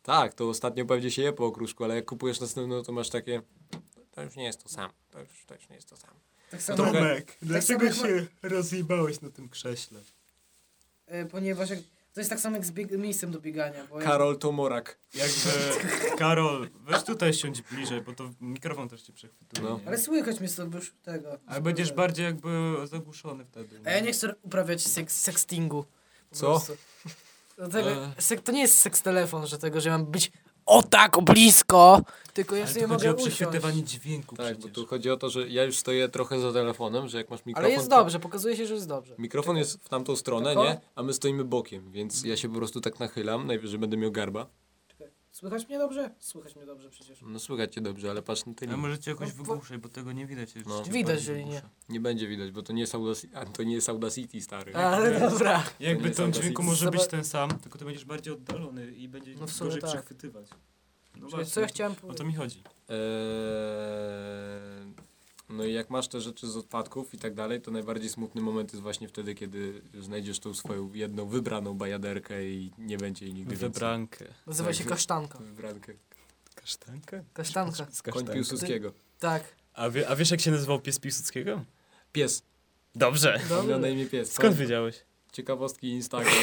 Speaker 2: Tak, to ostatnio pewnie się je po okruszku, ale jak kupujesz następną, to masz takie, to już nie jest to samo, to już, to już nie jest to samo.
Speaker 3: Tak samo,
Speaker 2: Trochę-
Speaker 4: Tomek, dlaczego
Speaker 3: samo
Speaker 4: się rozjebałeś na tym krześle?
Speaker 3: e, ponieważ jak, to jest tak samo jak z bieg, miejscem do biegania. Bo jak,
Speaker 2: Karol to morak.
Speaker 4: Jakby, Karol, weź tutaj siądź bliżej, bo to mikrofon też cię przechwytuje.
Speaker 2: No.
Speaker 4: nie?
Speaker 3: ale słychać mnie stąd już tego.
Speaker 4: Ale będziesz bardziej jakby zagłuszony wtedy.
Speaker 3: A ja nie chcę uprawiać seks, sextingu. Po
Speaker 2: Co?
Speaker 3: prostu. Dlatego,
Speaker 2: Eee.
Speaker 3: sek, to nie jest seks telefon, że tego, że mam być o tak blisko, tylko ja
Speaker 4: Ale
Speaker 3: sobie
Speaker 4: tu chodzi
Speaker 3: mogę
Speaker 4: o
Speaker 3: usiąść.
Speaker 4: przechwytywanie dźwięku
Speaker 2: Tak, bo
Speaker 4: przecież.
Speaker 2: tu chodzi o to, że ja już stoję trochę za telefonem, że jak masz mikrofon... tak?
Speaker 3: Ale jest
Speaker 2: to-
Speaker 3: dobrze, pokazuje się, że jest dobrze.
Speaker 2: Mikrofon jest w tamtą stronę,
Speaker 3: Tylko?
Speaker 2: nie? A my stoimy bokiem, więc ja się po prostu tak nachylam, najwyżej będę miał garba.
Speaker 3: Słychać mnie dobrze? Słychać mnie dobrze przecież.
Speaker 2: No słychać cię dobrze, ale patrz na ty.
Speaker 4: Ale możecie jakoś
Speaker 3: No, bo-
Speaker 4: wygłuszać, bo tego nie widać.
Speaker 2: No.
Speaker 3: Widać, że nie.
Speaker 2: Nie będzie widać, bo to nie jest Audacity, to nie jest Audacity, stary.
Speaker 3: Ale dobra.
Speaker 2: To
Speaker 4: Jakby
Speaker 2: nie
Speaker 4: ten
Speaker 2: jest
Speaker 4: dźwięku
Speaker 2: audycji.
Speaker 4: może być
Speaker 3: Zobacz-
Speaker 4: ten sam, tylko ty będziesz bardziej oddalony i będzie
Speaker 3: No w sumie
Speaker 4: gorzej
Speaker 3: tak.
Speaker 4: przechwytywać. No
Speaker 3: Czyli co ja
Speaker 4: właśnie,
Speaker 3: chciałem
Speaker 4: o to
Speaker 3: powiedzieć?
Speaker 4: mi chodzi.
Speaker 2: Eee, no i jak masz te rzeczy z odpadków i tak dalej, to najbardziej smutny moment jest właśnie wtedy, kiedy znajdziesz tą swoją jedną wybraną bajaderkę i nie będzie jej nigdy więcej.
Speaker 4: Wybrankę.
Speaker 3: Nazywa się kasztanka.
Speaker 2: Wybrankę.
Speaker 4: Kasztankę?
Speaker 3: Kasztanka.
Speaker 4: Z
Speaker 2: Koń Piłsudskiego.
Speaker 3: Tak.
Speaker 4: A, wie, a wiesz jak się nazywał pies Piłsudskiego?
Speaker 2: Pies.
Speaker 4: Dobrze.
Speaker 2: Mam na
Speaker 3: Dobry.
Speaker 2: imię pies.
Speaker 4: Skąd
Speaker 2: Fajne.
Speaker 4: wiedziałeś?
Speaker 2: Ciekawostki Instagram.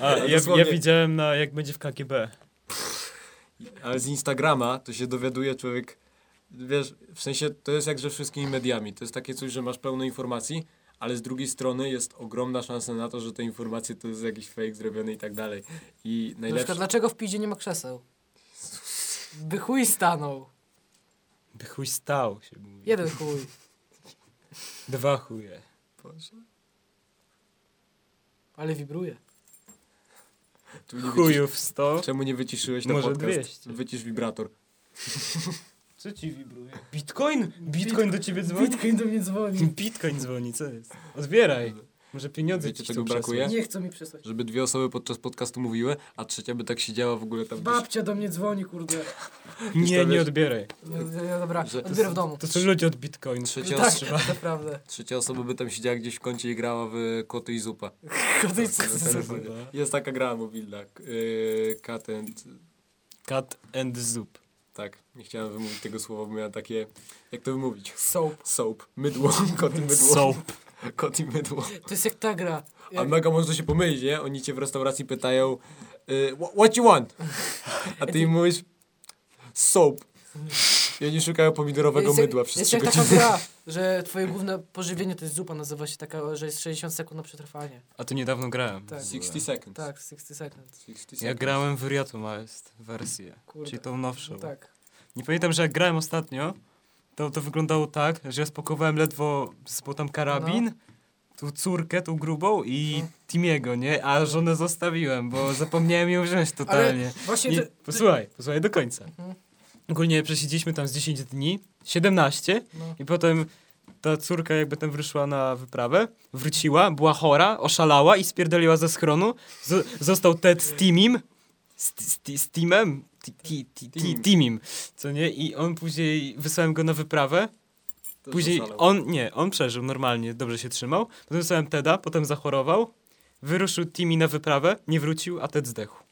Speaker 4: A, ja, ja
Speaker 2: Dosłownie.
Speaker 4: widziałem na, jak będzie w KGB.
Speaker 2: Ale z Instagrama to się dowiaduje człowiek, wiesz, w sensie to jest jak ze wszystkimi mediami. To jest takie coś, że masz pełno informacji, ale z drugiej strony jest ogromna szansa na to, że te informacje to jest jakiś fake zrobiony i tak dalej. I
Speaker 3: Na
Speaker 2: najlepsze...
Speaker 3: przykład dlaczego w pidzie nie ma krzeseł? By chuj stanął.
Speaker 4: By chuj stał się mówi.
Speaker 3: Jeden chuj.
Speaker 4: Dwa chuje.
Speaker 2: Boże.
Speaker 3: Ale wibruje.
Speaker 2: Tu nie wycisz-
Speaker 4: Chujów sto.
Speaker 2: Czemu nie wyciszyłeś na
Speaker 4: Może
Speaker 2: podcast?
Speaker 4: 200.
Speaker 2: Wycisz wibrator.
Speaker 4: Co ci wibruje? Bitcoin? Bitcoin do ciebie dzwoni?
Speaker 3: do mnie dzwoni.
Speaker 4: Bitcoin dzwoni, co jest? Odbieraj. Może pieniądze
Speaker 2: Wiecie,
Speaker 4: ci
Speaker 2: czego
Speaker 4: chcą
Speaker 2: brakuje?
Speaker 4: przesłać.
Speaker 3: Nie chcą mi przesłać.
Speaker 2: Żeby dwie osoby podczas podcastu mówiły, a trzecia by tak siedziała w ogóle tam gdzieś.
Speaker 3: do mnie dzwoni, kurde.
Speaker 4: Nie, nie
Speaker 2: Zostawiasz-
Speaker 4: odbieraj.
Speaker 3: No, dobra,
Speaker 2: Że-
Speaker 3: odbiorę w domu.
Speaker 4: To są ludzie od Bitcoin.
Speaker 2: Trzecia,
Speaker 3: tak,
Speaker 2: oso-
Speaker 3: naprawdę.
Speaker 2: trzecia osoba by tam siedziała gdzieś w kącie i grała w koty i zupa.
Speaker 3: Kurde,
Speaker 2: Na telefonie. Jest taka gra mobilna. k- Yy, cat and...
Speaker 4: Cut and Zup.
Speaker 2: Tak, nie chciałem wymówić tego słowa, bo miałem takie... Jak to wymówić?
Speaker 3: Soap.
Speaker 2: Soap. Mydło. *laughs* Kot i mydło.
Speaker 4: Soap.
Speaker 2: Kot i mydło.
Speaker 3: To jest jak ta gra.
Speaker 2: A
Speaker 3: Jak,
Speaker 2: mega można się pomylić, nie? Oni cię w restauracji pytają y, wha- What you want? A
Speaker 3: E,
Speaker 2: ty im mówisz Soap. I oni szukają pomidorowego
Speaker 3: jest jak-
Speaker 2: mydła przez
Speaker 3: Jest
Speaker 2: 3
Speaker 3: jak taka
Speaker 2: godziny.
Speaker 3: gra, że twoje główne pożywienie to jest zupa, nazywa się taka, że jest 60 sekund na przetrwanie.
Speaker 4: A to niedawno grałem.
Speaker 3: Tak.
Speaker 2: 60 seconds.
Speaker 3: Tak, 60 sekund.
Speaker 2: 60
Speaker 4: Ja
Speaker 2: seconds.
Speaker 4: grałem w Riatu Maest wersję,
Speaker 3: Kurde.
Speaker 4: czyli tą nowszą.
Speaker 3: Tak.
Speaker 4: Nie pamiętam, że jak grałem ostatnio, to to wyglądało tak, że ja spakowałem ledwo z bo tam karabin, tu córkę, tą grubą i
Speaker 3: No.
Speaker 4: Timiego, nie? A żonę zostawiłem, bo zapomniałem ją wziąć totalnie.
Speaker 3: Właśnie
Speaker 4: Nie,
Speaker 3: to-
Speaker 4: posłuchaj, posłuchaj do końca.
Speaker 3: Mhm.
Speaker 4: Ogólnie przesiedzieliśmy tam z 10 dni, 17
Speaker 3: No.
Speaker 4: i potem ta córka jakby tam wyruszyła na wyprawę, wróciła, była chora, oszalała i spierdoliła ze schronu. Z- został Ted z Timim, z, z, z Timem, Ti- ti- ti- ti-
Speaker 2: Timim.
Speaker 4: Timim, co nie? I on później, wysłałem go na wyprawę,
Speaker 2: To
Speaker 4: Później
Speaker 2: szalał.
Speaker 4: on, nie, on przeżył normalnie, dobrze się trzymał. Potem wysłałem Teda, potem zachorował. Wyruszył Timmy na wyprawę, nie wrócił, a Ted zdechł.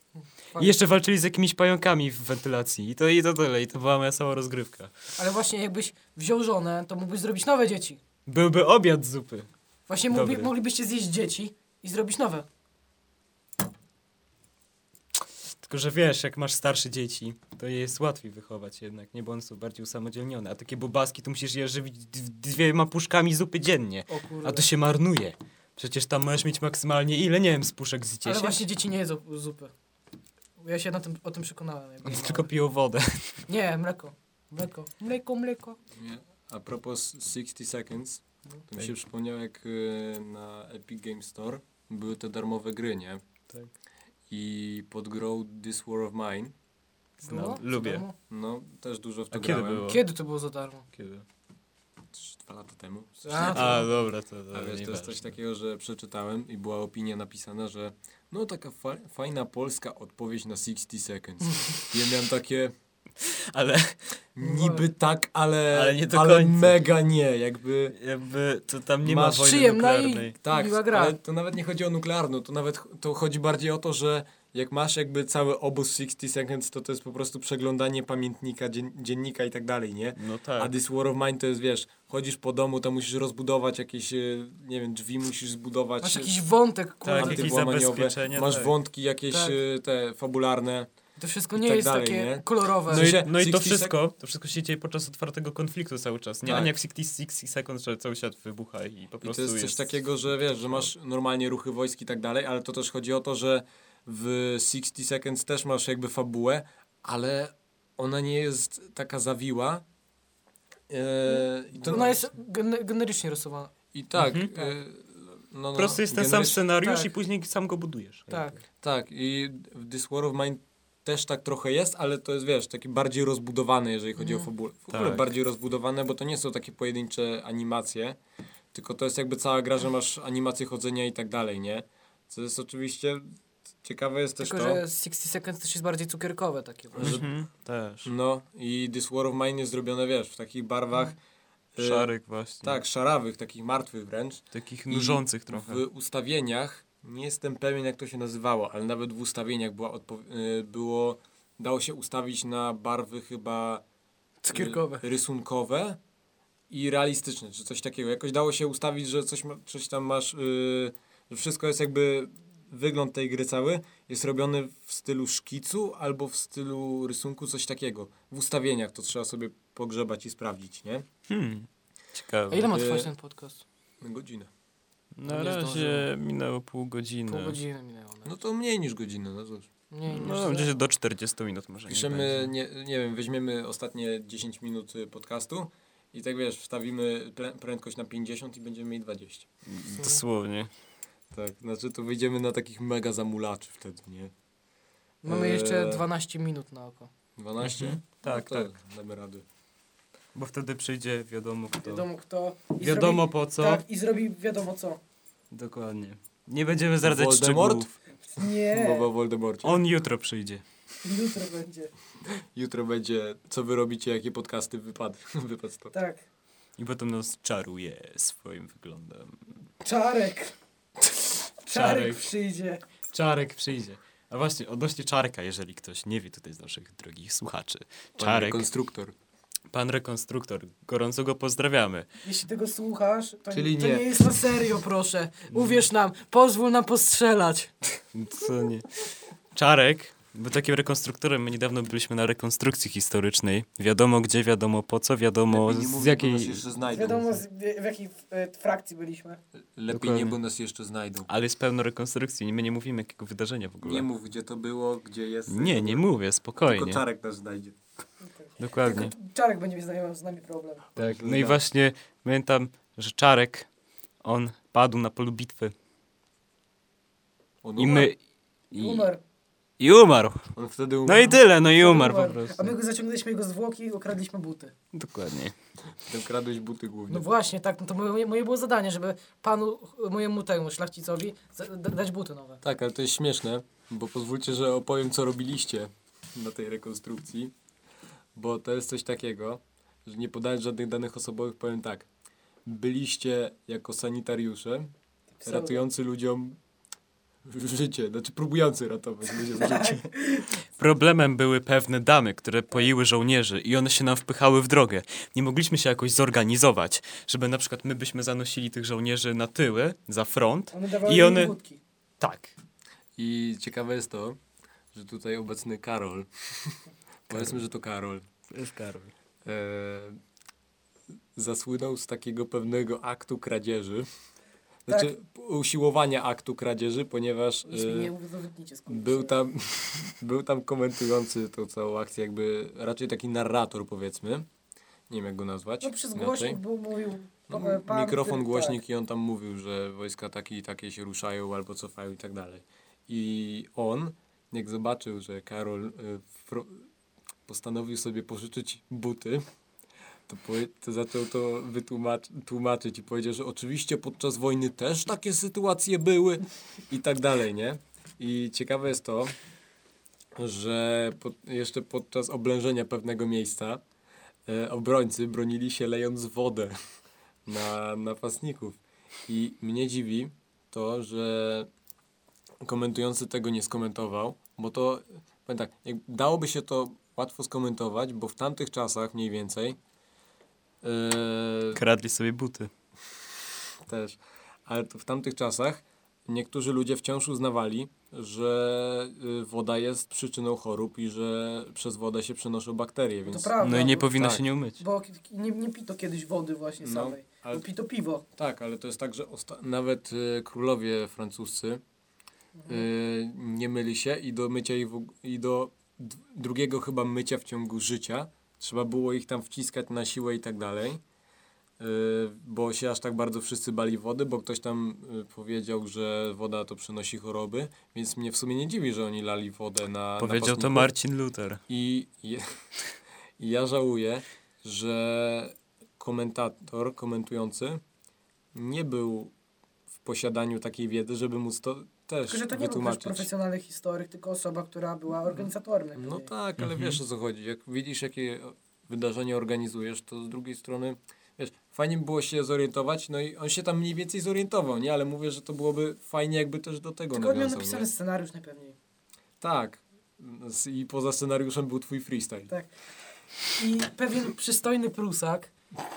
Speaker 4: I jeszcze walczyli z jakimiś pająkami w wentylacji. I to i to tyle. I to była moja cała rozgrywka.
Speaker 3: Ale właśnie jakbyś wziął żonę, to mógłbyś zrobić nowe dzieci.
Speaker 4: Byłby obiad z zupy.
Speaker 3: Właśnie mógłby,
Speaker 4: Dobry.
Speaker 3: moglibyście zjeść dzieci i zrobić nowe.
Speaker 4: Tylko, że wiesz, jak masz starsze dzieci, to je jest łatwiej wychować jednak, nie? Bo one są bardziej usamodzielnione. A takie bobaski, to musisz je żywić d- dwiema puszkami zupy dziennie.
Speaker 3: O kurde.
Speaker 4: A to się marnuje. Przecież tam możesz mieć maksymalnie ile, nie wiem, z puszek z
Speaker 3: Ale
Speaker 4: 10.
Speaker 3: właśnie dzieci nie jedzą zupy. Ja się na tym, o tym przekonałem. jak
Speaker 4: One
Speaker 3: byłem
Speaker 4: *laughs* tylko
Speaker 3: mały.
Speaker 4: piją wodę.
Speaker 3: Nie, mleko. Mleko, mleko, mleko.
Speaker 2: Nie. A propos 60 seconds, to mi
Speaker 4: Tak.
Speaker 2: się przypomniało jak y, na Epic Game Store były te darmowe gry, nie?
Speaker 4: Tak.
Speaker 2: I pod grą This War of Mine,
Speaker 4: Znam.
Speaker 3: Było?
Speaker 4: Lubię.
Speaker 3: Za darmo?
Speaker 2: no też dużo w to
Speaker 4: A kiedy
Speaker 2: grałem.
Speaker 4: było?
Speaker 3: No, Kiedy to było za darmo?
Speaker 4: Kiedy?
Speaker 2: Trzy- Dwa lata temu. tak.
Speaker 3: A,
Speaker 4: A, dobra, to, to,
Speaker 2: A wiesz, to jest coś takiego, że przeczytałem i była opinia napisana, że no taka fa fajna polska odpowiedź na 60 seconds. Ja miałem takie
Speaker 4: Ale
Speaker 2: niby tak, ale,
Speaker 4: Ale nie do końca.
Speaker 2: mega nie, jakby...
Speaker 4: jakby to tam nie
Speaker 2: Masz
Speaker 4: ma wojny
Speaker 3: przyjemna i-
Speaker 4: nuklearnej.
Speaker 2: Tak,
Speaker 3: Miła gra.
Speaker 2: ale to nawet nie chodzi o nuklearną, to nawet ch- to chodzi bardziej o to, że jak masz jakby cały obóz 60 seconds, to to jest po prostu przeglądanie pamiętnika, dzien dziennika i tak dalej, nie?
Speaker 4: No
Speaker 2: A
Speaker 4: tak.
Speaker 2: This War of Mine to jest, wiesz, chodzisz po domu, to musisz rozbudować jakieś, e, nie wiem, drzwi musisz zbudować.
Speaker 3: Masz
Speaker 2: e,
Speaker 3: jakiś wątek, kurde.
Speaker 4: Tak, jakieś
Speaker 2: antybłamaniowe,
Speaker 4: zabezpieczenia,
Speaker 2: masz
Speaker 4: tak.
Speaker 2: wątki jakieś
Speaker 3: Tak.
Speaker 2: y, te fabularne.
Speaker 3: To wszystko
Speaker 2: i
Speaker 3: nie
Speaker 2: tak
Speaker 3: jest
Speaker 2: dalej,
Speaker 3: takie
Speaker 2: nie?
Speaker 3: kolorowe.
Speaker 4: No i,
Speaker 2: sensie
Speaker 4: no i to
Speaker 2: 60
Speaker 4: wszystko, to wszystko się dzieje podczas otwartego konfliktu cały czas, nie?
Speaker 2: Tak.
Speaker 4: A nie jak 60, 60 sekund, że cały świat wybucha i po
Speaker 2: I
Speaker 4: prostu
Speaker 2: to jest coś takiego, że wiesz, że masz normalnie ruchy wojsk i tak dalej, ale to też chodzi o to, że w 60 Seconds też masz jakby fabułę, ale ona nie jest taka zawiła. E, i to-
Speaker 3: Ona jest gen- generycznie rysowana.
Speaker 2: I tak.
Speaker 4: Mhm.
Speaker 2: e, no, no,
Speaker 4: Po prostu jest ten sam
Speaker 2: generycznie-
Speaker 4: scenariusz
Speaker 3: tak.
Speaker 4: i później sam go budujesz.
Speaker 3: Tak.
Speaker 2: Tak, i w This War of Mine też tak trochę jest, ale to jest, wiesz, taki bardziej rozbudowany, jeżeli chodzi
Speaker 3: Mhm.
Speaker 2: o fabułę. W ogóle
Speaker 4: Tak.
Speaker 2: bardziej rozbudowane, bo to nie są takie pojedyncze animacje, tylko to jest jakby cała gra, że masz animacje chodzenia i tak dalej, nie? Co jest oczywiście ciekawe jest
Speaker 3: Tylko,
Speaker 2: też to.
Speaker 3: że 60 Seconds też jest bardziej cukierkowe takie.
Speaker 2: Że-
Speaker 4: Mhm. Też.
Speaker 2: No, i This War of Mine jest zrobione, wiesz, w takich barwach.
Speaker 3: Mhm.
Speaker 2: e,
Speaker 4: Szarek właśnie.
Speaker 2: Tak, szarawych, takich martwych wręcz.
Speaker 4: Takich
Speaker 2: I
Speaker 4: nużących trochę.
Speaker 2: W ustawieniach, nie jestem pewien jak to się nazywało, ale nawet w ustawieniach była odpo- y, było, dało się ustawić na barwy chyba y,
Speaker 3: Cukierkowe.
Speaker 2: rysunkowe i realistyczne, czy coś takiego. Jakoś dało się ustawić, że coś, ma, coś tam masz, y, że wszystko jest jakby, wygląd tej gry cały jest robiony w stylu szkicu albo w stylu rysunku, coś takiego. W ustawieniach to trzeba sobie pogrzebać i sprawdzić, nie?
Speaker 4: Hmm.
Speaker 3: A
Speaker 4: Ciekawe.
Speaker 3: ile ma
Speaker 2: Y,
Speaker 3: trwać ten podcast?
Speaker 2: Godzinę.
Speaker 4: Na
Speaker 3: Nie
Speaker 4: razie
Speaker 3: zdążyłem.
Speaker 4: minęło pół godziny.
Speaker 3: Pół godziny minęło.
Speaker 2: No to mniej niż godzinę, no cóż.
Speaker 3: Nie, nie.
Speaker 4: No, gdzieś do 40 minut może. nie
Speaker 2: Piszemy,
Speaker 4: będzie.
Speaker 2: nie, nie wiem, weźmiemy ostatnie 10 minut y, podcastu i tak wiesz, wstawimy ple- prędkość na 50 i będziemy mieli 20.
Speaker 4: Dosłownie.
Speaker 2: Tak, znaczy to wyjdziemy na takich mega zamulaczy wtedy, nie?
Speaker 3: Mamy
Speaker 4: e,
Speaker 3: jeszcze
Speaker 2: Eee.
Speaker 3: 12 minut na oko.
Speaker 2: 12?
Speaker 4: Mhm. Tak,
Speaker 2: no to Damy radę.
Speaker 4: Bo wtedy przyjdzie wiadomo kto.
Speaker 3: Wiadomo kto. i
Speaker 4: Wiadomo
Speaker 3: zrobi-
Speaker 4: po co.
Speaker 3: Tak, i zrobi wiadomo co.
Speaker 4: Dokładnie. Nie będziemy zdradzać
Speaker 2: Voldemort?
Speaker 4: szczegółów. No
Speaker 3: Nie,
Speaker 2: Mowa o Voldemorcie.
Speaker 4: On jutro przyjdzie.
Speaker 3: jutro będzie.
Speaker 2: Jutro będzie, co wy robicie, jakie podcasty wypadł, *laughs* wypadł to.
Speaker 3: Tak.
Speaker 4: I potem nas czaruje swoim wyglądem.
Speaker 3: Czarek.
Speaker 4: Czarek.
Speaker 3: przyjdzie.
Speaker 4: Czarek przyjdzie. A właśnie, odnośnie Czarka, jeżeli ktoś nie wie tutaj z naszych drogich słuchaczy. Czarek, pan,
Speaker 2: Konstruktor.
Speaker 4: rekonstruktor, gorąco go pozdrawiamy.
Speaker 3: Jeśli tego słuchasz, to,
Speaker 2: Czyli
Speaker 3: to
Speaker 2: nie.
Speaker 3: nie jest na serio, proszę. Uwierz nam, pozwól nam postrzelać.
Speaker 4: Co nie? Czarek był takim rekonstruktorem. My niedawno byliśmy na rekonstrukcji historycznej. Wiadomo gdzie, wiadomo po co, wiadomo
Speaker 2: Lepiej nie
Speaker 4: z
Speaker 2: mów, bo nas
Speaker 4: jakiej...
Speaker 2: jeszcze znajdą.
Speaker 3: w jakiej frakcji byliśmy.
Speaker 2: Lepiej
Speaker 4: Dokładnie.
Speaker 2: nie, bo nas jeszcze znajdą.
Speaker 4: Ale jest pełno rekonstrukcji. My nie mówimy jakiego wydarzenia w ogóle.
Speaker 2: Nie mów, gdzie to było, gdzie jest.
Speaker 4: Nie, nie mówię,
Speaker 2: Tylko
Speaker 4: spokojnie.
Speaker 2: Czarek nas znajdzie.
Speaker 4: Dokładnie.
Speaker 3: Czarek będzie miał z nami problem.
Speaker 4: Tak.
Speaker 2: Dobrze,
Speaker 4: No i
Speaker 2: tak.
Speaker 4: właśnie pamiętam, że Czarek, on padł na polu bitwy.
Speaker 2: On
Speaker 4: I
Speaker 2: umarł.
Speaker 4: my... I, I umarł.
Speaker 2: On wtedy umarł.
Speaker 4: No i tyle, no i umarł po prostu.
Speaker 3: go zaciągnęliśmy jego zwłoki i okradliśmy buty.
Speaker 4: Dokładnie.
Speaker 2: Tam kradłeś buty głównie.
Speaker 3: No właśnie, tak. No to moje, moje było zadanie, żeby panu, mojemu temu szlachcicowi za- da- dać buty nowe.
Speaker 2: Tak, ale to jest śmieszne, bo pozwólcie, że opowiem, co robiliście na tej rekonstrukcji, bo to jest coś takiego, że nie podając żadnych danych osobowych, powiem tak. Byliście jako sanitariusze ratujący ludziom życie, znaczy próbujący ratować ludziom życie.
Speaker 4: Problemem były pewne damy, które poiły żołnierzy i one się nam wpychały w drogę. Nie mogliśmy się jakoś zorganizować, żeby na przykład my byśmy zanosili tych żołnierzy na tyły, za front.
Speaker 3: One
Speaker 4: I
Speaker 3: mi
Speaker 4: one-
Speaker 3: budki.
Speaker 4: Tak.
Speaker 2: I ciekawe jest to, że tutaj obecny Karol, powiedzmy, że to Karol, e, zasłynął z takiego pewnego aktu kradzieży. Znaczy p- usiłowania aktu kradzieży, ponieważ
Speaker 3: Nic mi nie
Speaker 2: e,
Speaker 3: udowodnicie. skurwysyny.
Speaker 2: był, tam, *laughs* był tam komentujący tą całą akcję, jakby raczej taki narrator powiedzmy. Nie wiem jak go nazwać.
Speaker 3: No przez
Speaker 2: inaczej.
Speaker 3: głośnik bo mówił...
Speaker 2: No,
Speaker 3: e, pan,
Speaker 2: mikrofon,
Speaker 3: który-
Speaker 2: głośnik i on tam mówił, że wojska takie i takie się ruszają albo cofają i tak dalej. I on, jak zobaczył, że Karol y, wpro- postanowił sobie pożyczyć buty, to, powie- to zaczął to wytłumaczyć i powiedział, że oczywiście podczas wojny też takie sytuacje były i tak dalej, nie? I ciekawe jest to, że po, jeszcze podczas oblężenia pewnego miejsca e, obrońcy bronili się lejąc wodę *laughs* na napastników. I mnie dziwi to, że komentujący tego nie skomentował, bo to, powiem tak, jak dałoby się to łatwo skomentować, bo w tamtych czasach mniej więcej e,
Speaker 4: Kradli sobie buty.
Speaker 2: też. Ale to w tamtych czasach niektórzy ludzie wciąż uznawali, że y, woda jest przyczyną chorób i że przez wodę się przenoszą bakterie,
Speaker 3: To
Speaker 2: więc...
Speaker 3: prawda.
Speaker 4: No i nie
Speaker 3: bo-
Speaker 4: powinno
Speaker 2: tak.
Speaker 4: się nie umyć.
Speaker 3: Bo ki- nie, nie pito kiedyś wody właśnie
Speaker 2: No,
Speaker 3: samej.
Speaker 2: ale-
Speaker 3: Bo pito piwo.
Speaker 2: Tak, ale to jest tak, że osta- nawet y, królowie francuscy y, nie myli się i do mycia i, w- i do d- drugiego chyba mycia w ciągu życia. Trzeba było ich tam wciskać na siłę i tak dalej. Yy, Bo się aż tak bardzo wszyscy bali wody, bo ktoś tam yy, powiedział, że woda to przynosi choroby, więc mnie w sumie nie dziwi, że oni lali wodę na.
Speaker 4: Powiedział to
Speaker 2: napastników.
Speaker 4: Marcin Luther.
Speaker 2: I, i, I *laughs* ja żałuję, że komentator, komentujący nie był w posiadaniu takiej wiedzy, żeby móc to też
Speaker 6: Tylko, że to nie był też
Speaker 2: wytłumaczyć.
Speaker 6: profesjonalny historyk, tylko osoba, która była organizatorem.
Speaker 2: No
Speaker 6: najpewniej.
Speaker 2: tak, ale wiesz o co chodzi. Jak widzisz, jakie wydarzenie organizujesz, to z drugiej strony, wiesz, fajnie by było się zorientować, no i on się tam mniej więcej zorientował, nie? Ale mówię, że to byłoby fajnie, jakby też do tego
Speaker 6: Tylko on miał
Speaker 2: nawiązał,
Speaker 6: napisany
Speaker 2: nie?
Speaker 6: scenariusz najpewniej.
Speaker 2: Tak. Z- I poza scenariuszem był twój freestyle.
Speaker 6: Tak.
Speaker 3: I pewien przystojny prusak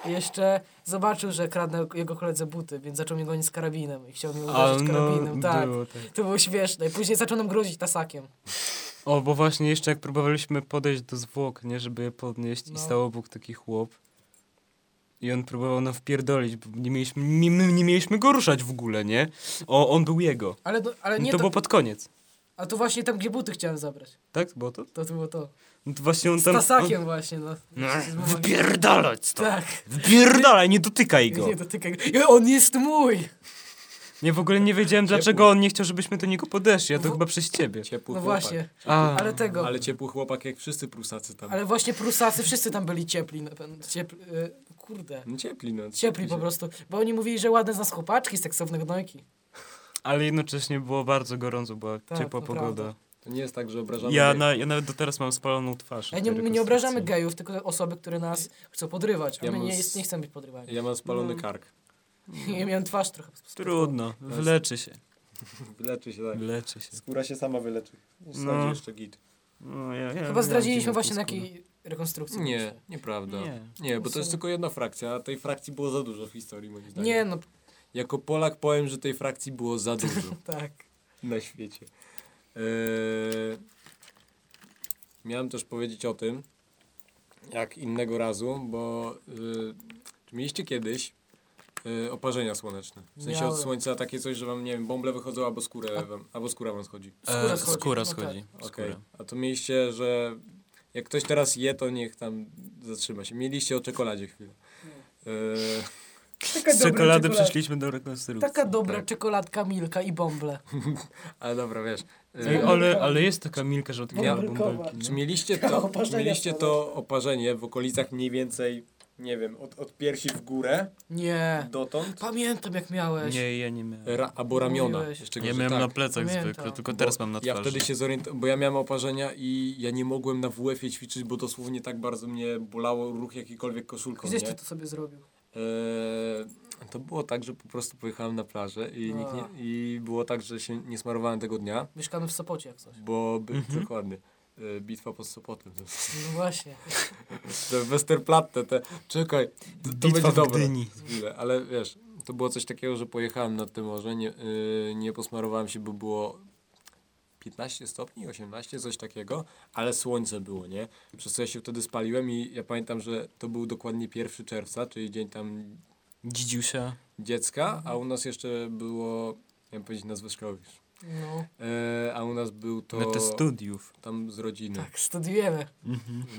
Speaker 3: jeszcze zobaczył, że kradnę jego koledze buty, więc zaczął mnie gonić z karabinem i chciał mnie uderzyć karabinem. Tak.
Speaker 4: no, było tak.
Speaker 3: To było śmieszne. I później zaczął nam grozić tasakiem.
Speaker 4: O, bo właśnie jeszcze jak próbowaliśmy podejść do zwłok, nie, żeby je podnieść i
Speaker 3: No.
Speaker 4: stał obok taki chłop. I on próbował nam wpierdolić, bo nie mieliśmy, nie, my nie mieliśmy go ruszać w ogóle, nie? O, on był jego.
Speaker 3: Ale, do, ale
Speaker 4: No
Speaker 3: nie
Speaker 4: to
Speaker 3: to,
Speaker 4: było pod koniec,
Speaker 3: A to właśnie tam, gdzie buty chciałem zabrać.
Speaker 4: tak? Było to?
Speaker 3: To, to było to.
Speaker 4: No to właśnie on
Speaker 3: Z
Speaker 4: tam...
Speaker 3: tasakiem właśnie, no.
Speaker 4: On...
Speaker 3: Zmowali.
Speaker 4: Wypierdalać to!
Speaker 3: Tak. *laughs*
Speaker 4: Wypierdalaj, nie dotykaj go!
Speaker 3: Nie dotykaj. go. I On jest mój!
Speaker 4: Ja w ogóle nie wiedziałem, dlaczego on nie chciał, żebyśmy do niego podeszli, a to
Speaker 3: W-
Speaker 4: chyba przez ciebie.
Speaker 2: Ciepły
Speaker 3: No
Speaker 2: chłopak.
Speaker 3: właśnie.
Speaker 4: A,
Speaker 3: Ale tego.
Speaker 2: Ale ciepły chłopak jak wszyscy prusacy tam.
Speaker 3: No. Ale właśnie prusacy, wszyscy tam byli ciepli. Na pewno. Ciepli, y, kurde.
Speaker 2: No ciepli, no.
Speaker 3: Ciepli po prostu. Bo oni mówili, że ładne z nas chłopaczki z seksownych nojki.
Speaker 4: ale jednocześnie było bardzo gorąco, była
Speaker 3: Tak,
Speaker 4: ciepła
Speaker 3: to
Speaker 4: pogoda.
Speaker 2: To nie jest tak, że obrażamy.
Speaker 4: Ja,
Speaker 2: jej.
Speaker 4: na, ja nawet do teraz mam spaloną twarz.
Speaker 3: Ale
Speaker 4: od
Speaker 3: nie,
Speaker 4: tej
Speaker 3: my nie obrażamy
Speaker 4: rekonstrukcji.
Speaker 3: gejów, tylko osoby, które nas chcą podrywać. A
Speaker 2: Ja
Speaker 3: my
Speaker 2: mam
Speaker 3: nie,
Speaker 2: z-
Speaker 3: jest, nie chcemy być podrywani.
Speaker 2: ja mam
Speaker 3: No.
Speaker 2: spalony kark.
Speaker 3: Ja miałem twarz trochę.
Speaker 4: Trudno, wyleczy się,
Speaker 2: Wyleczy się tak.
Speaker 4: wyleczy się.
Speaker 2: Skóra się sama wyleczy.
Speaker 4: No.
Speaker 2: No. jeszcze git.
Speaker 4: No, ja, ja
Speaker 3: Chyba
Speaker 4: miałem
Speaker 3: zdradziliśmy
Speaker 4: dziwną
Speaker 3: właśnie na
Speaker 4: skórę.
Speaker 3: jakiej rekonstrukcji.
Speaker 2: Nie, nieprawda. Nie.
Speaker 4: Nie.
Speaker 2: bo to jest tylko jedna frakcja, a tej frakcji było za dużo w historii moim zdaniem.
Speaker 3: Nie, no
Speaker 2: Jako Polak powiem, że tej frakcji było za dużo
Speaker 3: tak.
Speaker 2: na świecie. Eee, miałem też powiedzieć o tym, jak innego razu, bo yy, czy mieliście kiedyś yy, oparzenia słoneczne? W sensie
Speaker 3: Miałem.
Speaker 2: od słońca takie coś, że wam, nie wiem, bąble wychodzą albo skórę wam, albo skóra wam schodzi.
Speaker 3: Skóra
Speaker 4: E,
Speaker 3: schodzi.
Speaker 4: skóra
Speaker 3: No tak.
Speaker 4: schodzi.
Speaker 2: Okej.
Speaker 4: skóra.
Speaker 2: A to mieliście, że jak ktoś teraz je, to niech tam zatrzyma się. Mieliście o czekoladzie chwilę. Eee,
Speaker 6: Taka
Speaker 4: Z
Speaker 6: dobra
Speaker 4: czekolady
Speaker 6: czekolada.
Speaker 4: przeszliśmy do rekonstrukcji.
Speaker 3: Taka dobra
Speaker 2: tak.
Speaker 3: czekoladka, milka i bąble.
Speaker 2: ale dobra, wiesz.
Speaker 3: Tak.
Speaker 4: Ej,
Speaker 2: Eee,
Speaker 4: ale, ale jest taka milka, że od
Speaker 6: Bąbelkowa.
Speaker 4: ja, bąbelki.
Speaker 2: czy mieliście
Speaker 6: Taka
Speaker 2: to,
Speaker 6: oparzenia
Speaker 2: mieliście
Speaker 6: są,
Speaker 2: to oparzenie w okolicach mniej więcej, nie wiem, od, od piersi w górę
Speaker 3: Nie.
Speaker 2: dotąd?
Speaker 3: Pamiętam jak miałeś.
Speaker 4: Nie, ja nie miałem.
Speaker 2: Ra, albo ramiona.
Speaker 3: Mówiłeś.
Speaker 2: Jeszcze
Speaker 4: Ja
Speaker 2: gorzej,
Speaker 4: miałem
Speaker 2: tak.
Speaker 4: na plecach
Speaker 3: Pamiętam.
Speaker 4: zwykle, tylko
Speaker 2: Bo
Speaker 4: teraz mam na twarzy.
Speaker 2: Ja wtedy się zorientowałem, bo ja miałem oparzenia i ja nie mogłem na WF-ie ćwiczyć, bo dosłownie tak bardzo mnie bolało ruch jakikolwiek koszulką,
Speaker 3: Gdzieś
Speaker 2: nie?
Speaker 3: ty to sobie zrobił.
Speaker 2: Eee, to było tak, że po prostu pojechałem na plażę i, nikt nie,
Speaker 3: A.
Speaker 2: i było tak, że się nie smarowałem tego dnia,
Speaker 3: Mieszkamy w Sopocie jak coś.
Speaker 2: bo by,
Speaker 4: Mhm.
Speaker 2: dokładnie. e, Bitwa pod Sopotem. To,
Speaker 3: No właśnie.
Speaker 2: to Westerplatte, te, czekaj, to, to
Speaker 4: Bitwa
Speaker 2: będzie
Speaker 4: w
Speaker 2: dobre.
Speaker 4: Gdyni.
Speaker 2: Chwilę, ale wiesz, to było coś takiego, że pojechałem nad tym morze, nie, e, nie posmarowałem się, bo było 15 stopni, 18, coś takiego, ale słońce było, nie? Przez co ja się wtedy spaliłem i ja pamiętam, że to był dokładnie 1 czerwca, czyli dzień tam
Speaker 4: Dzidziusia.
Speaker 2: dziecka, a u nas jeszcze było, miałem powiedzieć nazwę szkoły, już.
Speaker 3: No.
Speaker 2: e, a u nas był
Speaker 4: To... te
Speaker 2: to
Speaker 4: studiów.
Speaker 2: tam z rodziny,
Speaker 3: Tak, studiujemy.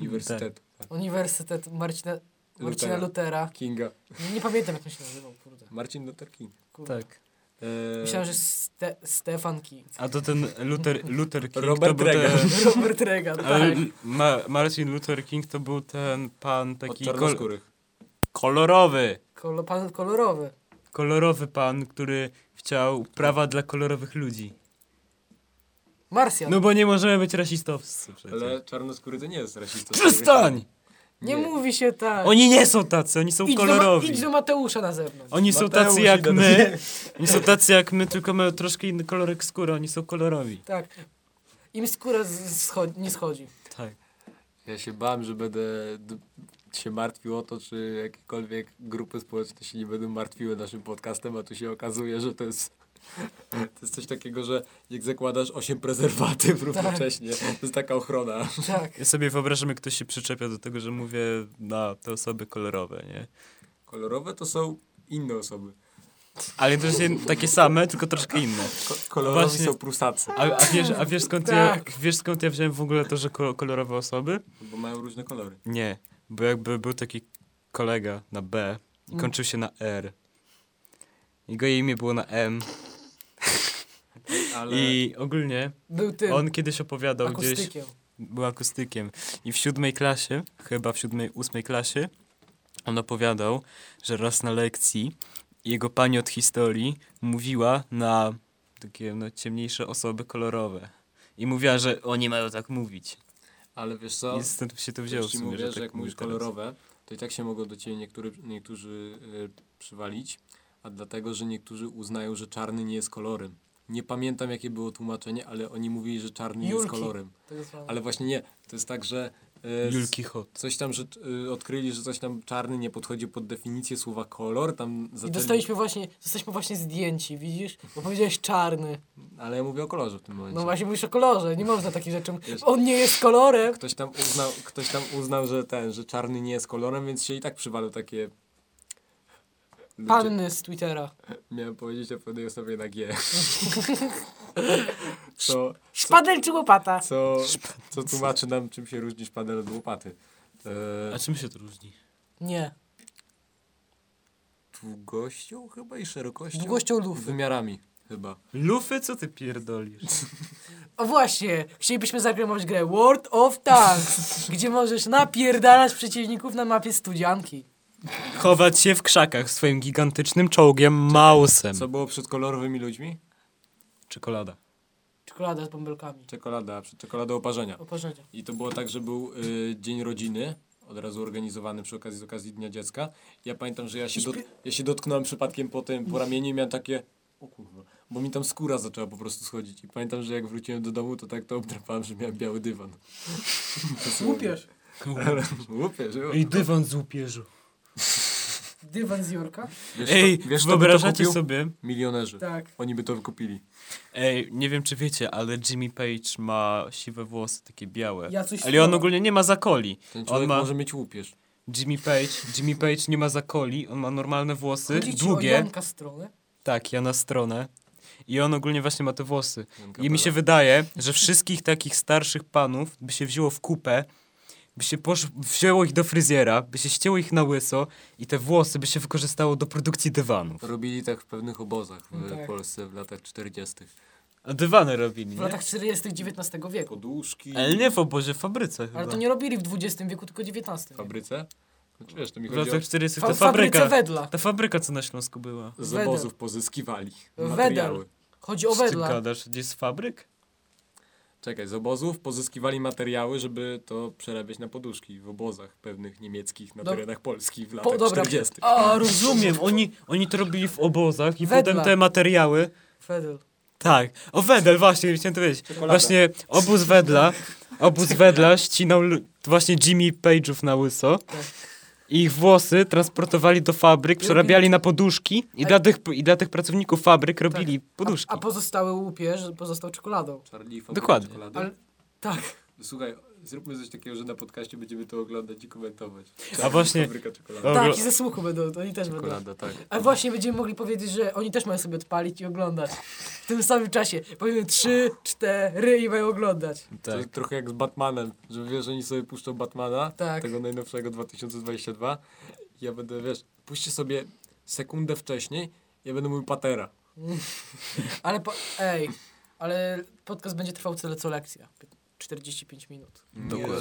Speaker 2: uniwersytetu, tak.
Speaker 3: Uniwersytet Marcina, Marcina
Speaker 2: Lutera.
Speaker 3: Lutera.
Speaker 2: Kinga,
Speaker 3: Nie, nie pamiętam jak on się nazywał, kurde.
Speaker 2: Marcin Luther King.
Speaker 3: kurde.
Speaker 4: Tak.
Speaker 2: E,
Speaker 3: Myślałem, że Ste Stefan King.
Speaker 4: A to ten Luther, Luther King
Speaker 2: Robert
Speaker 4: to był ten...
Speaker 2: Reagan.
Speaker 3: Robert Reagan,
Speaker 4: *laughs* Ale
Speaker 3: tak.
Speaker 4: Ma Marcin Luther King to był ten pan
Speaker 2: od
Speaker 4: taki kol
Speaker 2: czarnoskórych.
Speaker 4: kolorowy.
Speaker 3: Kolo, pan kolorowy.
Speaker 4: Kolorowy pan, który chciał prawa dla kolorowych ludzi.
Speaker 3: Marsjan.
Speaker 4: No bo nie możemy być rasistowscy przecież.
Speaker 2: Ale czarnoskóry to nie jest rasista.
Speaker 4: Przestań!
Speaker 3: nie,
Speaker 2: nie.
Speaker 3: mówi się tak.
Speaker 4: Oni nie są tacy, oni są
Speaker 3: idź, do Ma-
Speaker 4: kolorowi.
Speaker 3: idź do Mateusza na zewnątrz.
Speaker 4: Oni są
Speaker 2: Mateusz
Speaker 4: tacy jak
Speaker 2: idę do
Speaker 4: my.
Speaker 2: ciebie.
Speaker 4: Oni są tacy jak my, tylko mają troszkę inny kolorek skóry, oni są kolorowi.
Speaker 3: Tak. Im skóra z- schodzi, nie schodzi.
Speaker 4: Tak.
Speaker 2: Ja się bałem, że będę d- się martwił o to, czy jakiekolwiek grupy społeczne się nie będą martwiły naszym podcastem, a tu się okazuje, że to jest... To jest coś takiego, że jak zakładasz 8 prezerwatyw
Speaker 4: Tak.
Speaker 2: równocześnie, to jest taka ochrona.
Speaker 3: Tak.
Speaker 4: Ja sobie wyobrażam, jak ktoś się przyczepia do tego, że mówię na te osoby kolorowe, nie?
Speaker 2: Kolorowe to są inne osoby.
Speaker 4: Ale to jest jed- takie same, tylko troszkę inne.
Speaker 2: Kolorowi
Speaker 4: Właśnie-
Speaker 2: są prusacy,
Speaker 4: A, a, wiesz, a wiesz, skąd ja, wiesz skąd ja wziąłem w ogóle to, że ko- kolorowe osoby?
Speaker 2: bo mają różne kolory.
Speaker 4: Nie, bo jakby był taki kolega na B i kończył się na R. Jego imię było na M.
Speaker 2: Ale
Speaker 4: I ogólnie
Speaker 3: Był tym
Speaker 4: on kiedyś opowiadał gdzieś,
Speaker 3: akustykiem.
Speaker 4: był akustykiem. I w siódmej klasie, chyba w siódmej, ósmej klasie, on opowiadał, że raz na lekcji jego pani od historii mówiła na takie no, ciemniejsze osoby kolorowe. I mówiła, że oni mają tak mówić.
Speaker 2: Ale wiesz co?
Speaker 4: I stąd się to
Speaker 2: Też
Speaker 4: wzięło w
Speaker 2: ci
Speaker 4: sumie,
Speaker 2: mówię,
Speaker 4: że
Speaker 2: że,
Speaker 4: tak
Speaker 2: jak
Speaker 4: mówi
Speaker 2: mówisz
Speaker 4: teraz.
Speaker 2: kolorowe, to i tak się mogą do ciebie niektóry, niektórzy e, przywalić, a dlatego, że niektórzy uznają, że czarny nie jest kolorem. Nie pamiętam, jakie było tłumaczenie, ale oni mówili, że czarny jest
Speaker 3: Julki.
Speaker 2: kolorem.
Speaker 3: Tak zwane.
Speaker 2: Ale właśnie nie. To jest tak, że e, s-
Speaker 4: Julki Hot.
Speaker 2: coś tam, że e, odkryli, że coś tam czarny nie podchodzi pod definicję słowa kolor, tam
Speaker 3: I
Speaker 2: zaczęli...
Speaker 3: dostaliśmy właśnie, zostaliśmy właśnie zdjęci, widzisz? Bo powiedziałeś czarny.
Speaker 2: Ale ja mówię o kolorze w tym momencie.
Speaker 3: No właśnie mówisz o kolorze, nie można takich rzeczy. mówić. On nie jest kolorem.
Speaker 2: Ktoś tam uznał, ktoś tam uznał że ten, że czarny nie jest kolorem, więc się i tak przywalą takie... Ludzie-
Speaker 3: Panny z Twittera.
Speaker 2: Miałem powiedzieć o pewnej osobie na G. co,
Speaker 3: Szpadel czy łopata?
Speaker 2: co, co tłumaczy nam, czym się różni szpadel od łopaty. E,
Speaker 4: A czym się to różni?
Speaker 3: Nie.
Speaker 2: długością chyba i szerokością?
Speaker 3: Długością
Speaker 2: I
Speaker 3: lufy.
Speaker 2: Wymiarami chyba.
Speaker 4: Lufy, co ty pierdolisz?
Speaker 3: O właśnie, chcielibyśmy zareklamować grę World of
Speaker 4: *laughs*
Speaker 3: Tanks, gdzie możesz napierdalać przeciwników na mapie studzianki.
Speaker 4: Chować się w krzakach swoim gigantycznym czołgiem Mausem.
Speaker 2: Co było przed kolorowymi ludźmi?
Speaker 4: Czekolada.
Speaker 3: Czekolada z bąbelkami.
Speaker 2: Czekolada, przed czekoladą oparzenia.
Speaker 3: Oparzenia.
Speaker 2: I to było tak, że był y, Dzień Rodziny, od razu organizowany przy okazji, z okazji Dnia Dziecka. Ja pamiętam, że ja się, dot, ja się dotknąłem przypadkiem po tym, po ramieniu i miałem takie, o kurwa, bo mi tam skóra zaczęła po prostu schodzić. I pamiętam, że jak wróciłem do domu, to tak to obdrapałem, że miałem biały
Speaker 6: *laughs*
Speaker 2: dywan. *laughs*
Speaker 6: Łupiesz.
Speaker 2: Łupie, że
Speaker 4: Ej, dywan z łupieżu.
Speaker 6: Dywan z Jorka?
Speaker 2: wiesz,
Speaker 4: Ej,
Speaker 2: kto by to
Speaker 4: wyobrażacie
Speaker 2: kupił?
Speaker 4: sobie?
Speaker 2: Milionerzy.
Speaker 6: Tak.
Speaker 2: Oni by to wykupili.
Speaker 4: Ej, nie wiem czy wiecie, ale Jimmy Page ma siwe włosy, takie białe.
Speaker 6: Ja coś
Speaker 4: ale on
Speaker 6: słyszałem.
Speaker 4: ogólnie nie ma zakoli.
Speaker 2: Ten
Speaker 4: On
Speaker 2: człowiek
Speaker 4: ma...
Speaker 2: może mieć łupież.
Speaker 4: Jimmy Page, Jimmy Page nie ma zakoli, on ma normalne włosy,
Speaker 3: Chodzi ci o
Speaker 4: długie.
Speaker 3: Janka stronę?
Speaker 4: Tak, ja na stronę. I on ogólnie właśnie ma te włosy.
Speaker 2: Janka
Speaker 4: I mi się wydaje, że wszystkich takich starszych panów by się wzięło w kupę, by się posz... wzięło ich do fryzjera, by się ścięło ich na łyso i te włosy by się wykorzystało do produkcji dywanów.
Speaker 2: Robili tak w pewnych obozach w
Speaker 6: tak.
Speaker 2: Polsce w latach 40.
Speaker 4: A dywany robili,
Speaker 3: W
Speaker 4: nie?
Speaker 3: latach 40. XIX wieku.
Speaker 2: Poduszki.
Speaker 4: Ale nie w obozie, w fabryce chyba.
Speaker 3: Ale tak to nie robili w XX wieku, tylko XIX.
Speaker 2: W fabryce? Znaczy, wiesz, to mi
Speaker 4: W
Speaker 2: chodzi o...
Speaker 4: latach 40
Speaker 3: Fa
Speaker 4: ta
Speaker 3: w fabryce
Speaker 4: fabryka.
Speaker 3: wedla.
Speaker 4: Ta fabryka, co na Śląsku była.
Speaker 2: Z
Speaker 3: Wedel.
Speaker 2: obozów pozyskiwali
Speaker 3: Wedel.
Speaker 2: materiały.
Speaker 3: Chodzi o
Speaker 4: Co ty
Speaker 3: wedla.
Speaker 4: gadasz? Gdzie jest fabryk?
Speaker 2: Czekaj, z obozów pozyskiwali materiały, żeby to przerabiać na poduszki w obozach pewnych niemieckich na
Speaker 3: Dob-
Speaker 2: terenach Polski w latach
Speaker 3: Po, dobra.
Speaker 2: 40.
Speaker 3: No,
Speaker 4: A, rozumiem. Oni, oni to robili w obozach i
Speaker 3: Wedla.
Speaker 4: potem te materiały...
Speaker 3: Wedel.
Speaker 4: Tak. O, Wedel, właśnie, chciałem to wiedzieć. Właśnie obóz Wedla, obóz Wedla ścinał lu- właśnie Jimmy Page'ów na łyso.
Speaker 2: Tak.
Speaker 4: I ich włosy transportowali do fabryk, przerabiali na poduszki i dla tych, i dla tych pracowników fabryk robili poduszki.
Speaker 3: A pozostały łupież pozostał czekoladą.
Speaker 2: Charlie, fabryka
Speaker 4: Dokładnie.
Speaker 2: czekolady.
Speaker 3: Ale tak.
Speaker 2: Słuchaj, zróbmy coś takiego, że na podcaście będziemy to oglądać i komentować.
Speaker 4: A właśnie...
Speaker 2: Fabryka czekolady.
Speaker 4: Dobra.
Speaker 3: Tak, i ze słuchu będą, to oni też będą.
Speaker 2: Czekolada, tak.
Speaker 3: A właśnie będziemy mogli powiedzieć, że oni też mają sobie odpalić i oglądać. W tym samym czasie. Powiemy trzy, cztery i mają oglądać.
Speaker 2: To
Speaker 4: Tak.
Speaker 2: jest trochę jak z Batmanem, że wiesz, oni sobie puszczą Batmana,
Speaker 3: Tak.
Speaker 2: tego najnowszego 2022. Ja będę, wiesz, puśćcie sobie sekundę wcześniej, ja będę mówił Patera.
Speaker 3: Ale po, ej, ale podcast będzie trwał tyle co lekcja. 45 minut.
Speaker 2: Dokładnie.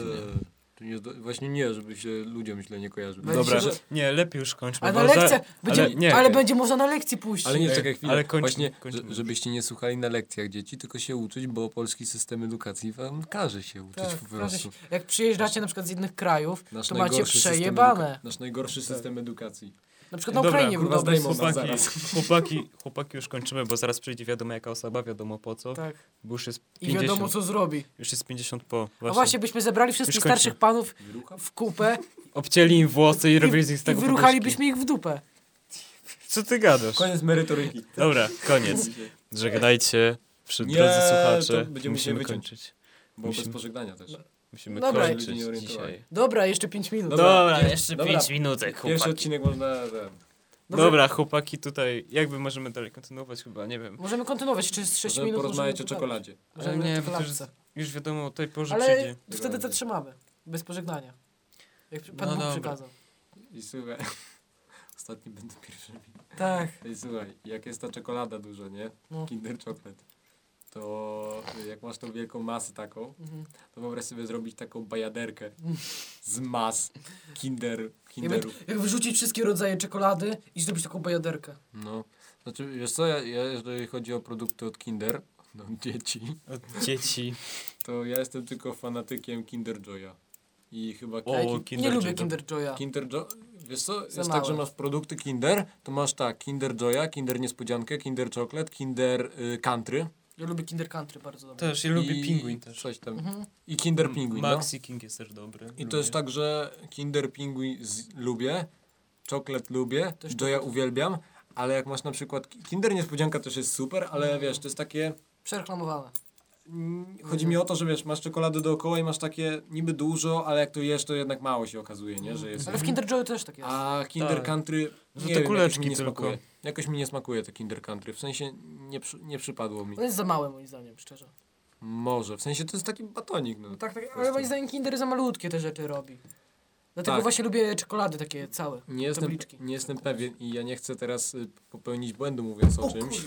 Speaker 2: To nie, do- właśnie nie, żeby się ludziom źle nie kojarzyło.
Speaker 3: Będzie
Speaker 4: Dobra,
Speaker 3: się-
Speaker 4: nie, lepiej już kończmy.
Speaker 3: Ale
Speaker 4: bo
Speaker 3: na
Speaker 4: za-
Speaker 3: lekcjach będzie,
Speaker 4: No ale nie.
Speaker 3: ale, będzie można na lekcji pójść.
Speaker 2: Ale nie,
Speaker 4: Ej,
Speaker 2: czekaj chwilę.
Speaker 4: ale tak kończmy,
Speaker 2: Właśnie,
Speaker 4: kończmy.
Speaker 2: że- żebyście nie słuchali na lekcjach dzieci, tylko się uczyć, bo polski system edukacji wam każe się uczyć
Speaker 3: tak,
Speaker 2: po
Speaker 3: proszę
Speaker 2: prostu.
Speaker 3: się. Jak przyjeżdżacie na przykład z innych krajów,
Speaker 2: Nasz
Speaker 3: to macie
Speaker 2: najgorszy system
Speaker 3: przejebane.
Speaker 2: eduka- Nasz najgorszy system edukacji.
Speaker 3: Na przykład na
Speaker 4: Dobra,
Speaker 3: Ukrainie był
Speaker 2: kurwa,
Speaker 3: dobry
Speaker 2: zdejmą
Speaker 3: system.
Speaker 2: nas.
Speaker 4: Chłopaki,
Speaker 2: zaraz.
Speaker 4: chłopaki, chłopaki już kończymy, bo zaraz przyjdzie wiadomo jaka osoba, wiadomo po co.
Speaker 3: Tak.
Speaker 4: Bo już jest
Speaker 3: I
Speaker 4: 50,
Speaker 3: wiadomo co zrobi.
Speaker 4: już jest 50 po. Właśnie.
Speaker 3: A właśnie byśmy zebrali wszystkich
Speaker 4: Już kończę.
Speaker 3: starszych panów w kupę
Speaker 4: Obcięli im włosy i, robili z nich
Speaker 3: i,
Speaker 4: z
Speaker 3: i
Speaker 4: tego poduszki.
Speaker 3: wyruchalibyśmy ich w dupę.
Speaker 4: Co ty gadasz?
Speaker 2: Koniec *laughs* merytoryki.
Speaker 4: Dobra, koniec. Żegnajcie, przy
Speaker 2: Nie,
Speaker 4: drodzy
Speaker 2: to
Speaker 4: słuchacze.
Speaker 2: będziemy
Speaker 4: Musimy
Speaker 2: musieli wyciąć.
Speaker 4: kończyć.
Speaker 2: Bo
Speaker 4: Musimy-
Speaker 2: bez pożegnania też.
Speaker 4: Musimy
Speaker 3: Dobra.
Speaker 4: kończyć
Speaker 2: Ludzie nie
Speaker 4: dzisiaj.
Speaker 2: orientowali.
Speaker 3: Dobra, jeszcze 5 minut.
Speaker 2: Dobra,
Speaker 4: Dobra,
Speaker 2: pier-
Speaker 4: jeszcze
Speaker 2: dobra.
Speaker 4: 5 minutek,
Speaker 2: Pierwszy
Speaker 4: chłopaki.
Speaker 2: odcinek można... ten,
Speaker 4: Dobra, chłopaki, tutaj jakby możemy dalej kontynuować chyba, nie wiem.
Speaker 3: Możemy kontynuować, czy z 6
Speaker 2: Możemy
Speaker 3: minut
Speaker 2: porozmawiać o
Speaker 3: możemy-
Speaker 2: czekoladzie.
Speaker 3: Możemy
Speaker 4: Ale nie,
Speaker 3: na
Speaker 4: bo to już-
Speaker 3: czekoladce.
Speaker 4: Już wiadomo, o tej porze
Speaker 3: Ale
Speaker 4: przyjdzie.
Speaker 3: wtedy to trzymamy. Bez pożegnania. Jak
Speaker 4: No
Speaker 3: pan Bóg
Speaker 4: dobra.
Speaker 3: przekazał.
Speaker 2: I słuchaj, *laughs* ostatni będą pierwszymi.
Speaker 3: Tak.
Speaker 2: I słuchaj, jak jest ta czekolada dużo, nie?
Speaker 3: No.
Speaker 2: Kinder Chocolate. To jak masz tą wielką masę taką,
Speaker 3: Mhm.
Speaker 2: to wyobraź sobie zrobić taką bajaderkę z mas Kinder,
Speaker 3: Jakby,
Speaker 2: Kinderów.
Speaker 3: jak wyrzucić wszystkie rodzaje czekolady i zrobić taką bajaderkę.
Speaker 2: No, znaczy wiesz co, ja, ja jeżeli chodzi o produkty od Kinder, no dzieci,
Speaker 4: Od dzieci.
Speaker 2: to ja jestem tylko fanatykiem Kinder Joya. I chyba
Speaker 4: O,
Speaker 3: A jaki-
Speaker 4: Kinder
Speaker 3: nie
Speaker 4: Joy,
Speaker 3: lubię
Speaker 4: dobra.
Speaker 3: Kinder Joya.
Speaker 2: Kinder Jo... Wiesz co, jest tak,
Speaker 3: małe.
Speaker 2: że masz produkty Kinder, to masz tak, Kinder Joya, Kinder Niespodziankę, Kinder Chocolate, Kinder y, Country.
Speaker 3: Ja lubię Kinder Country bardzo dobrze.
Speaker 4: Też, ja lubię pingwin też.
Speaker 2: Coś tam.
Speaker 3: Mhm.
Speaker 2: I Kinder Pingwin, no.
Speaker 4: Maxi King jest też dobry.
Speaker 2: I to jest tak, że Kinder Pingwin z... lubię, Chocolate lubię,
Speaker 3: Też tak.
Speaker 2: Joya uwielbiam, ale jak masz na przykład... Kinder Niespodzianka też jest super,
Speaker 3: Mhm.
Speaker 2: ale wiesz, to jest takie...
Speaker 3: Przereklamowane.
Speaker 2: Mm,
Speaker 3: Mhm.
Speaker 2: Chodzi mi o to, że wiesz, masz czekolady dookoła i masz takie niby dużo, ale jak to jesz, to jednak mało się okazuje, nie? Że jest.
Speaker 3: Mhm. Ale w Kinder Joy też tak jest.
Speaker 2: A Kinder
Speaker 4: Tak.
Speaker 2: Country, nie
Speaker 4: No to
Speaker 2: wiem, jakoś mi
Speaker 4: kuleczki
Speaker 2: nie
Speaker 4: tylko.
Speaker 2: smakuje. Jakoś mi nie smakuje te Kinder Country, w sensie nie, przy, nie przypadło mi.
Speaker 3: On jest za mały moim zdaniem, szczerze.
Speaker 2: Może, w sensie to jest taki batonik, no.
Speaker 3: No tak, tak, ale
Speaker 2: Właśnie.
Speaker 3: moim zdaniem Kinder za malutkie te rzeczy robi. Dlatego
Speaker 2: Tak.
Speaker 3: właśnie lubię czekolady takie całe.
Speaker 2: Nie jestem,
Speaker 3: tabliczki.
Speaker 2: nie jestem pewien i ja nie chcę teraz y, popełnić błędu mówiąc o czymś.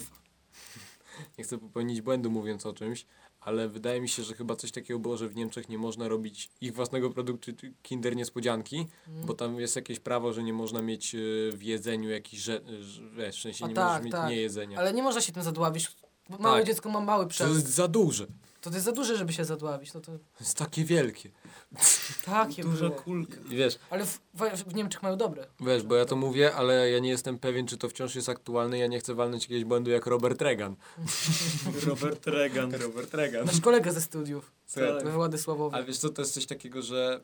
Speaker 2: Nie chcę popełnić błędu mówiąc o czymś, ale wydaje mi się, że chyba coś takiego było, że w Niemczech nie można robić ich własnego produktu czy Kinder Niespodzianki,
Speaker 3: Mhm.
Speaker 2: bo tam jest jakieś prawo, że nie można mieć y, w jedzeniu jakichś rzeczy, wiesz, w sensie
Speaker 3: A
Speaker 2: nie
Speaker 3: tak,
Speaker 2: możesz mieć
Speaker 3: tak.
Speaker 2: niejedzenia.
Speaker 3: Ale nie można się tym zadławić. Bo małe
Speaker 2: Tak.
Speaker 3: dziecko ma mały
Speaker 2: To
Speaker 3: przemysł.
Speaker 2: jest za duże,
Speaker 3: To jest za duże, żeby się zadławić. No to
Speaker 2: to jest takie wielkie.
Speaker 3: takie
Speaker 4: Duża
Speaker 3: było.
Speaker 4: kulka.
Speaker 2: I wiesz,
Speaker 3: Ale w, w w Niemczech mają dobre.
Speaker 2: wiesz, bo ja to mówię, ale ja nie jestem pewien, czy to wciąż jest aktualne, ja nie chcę walnąć jakiegoś błędu jak Robert Reagan.
Speaker 4: *laughs* Robert Reagan.
Speaker 2: Robert Reagan.
Speaker 3: Nasz kolega ze studiów,
Speaker 2: Co,
Speaker 3: we Władysławowie.
Speaker 2: Ale wiesz co, to jest coś takiego, że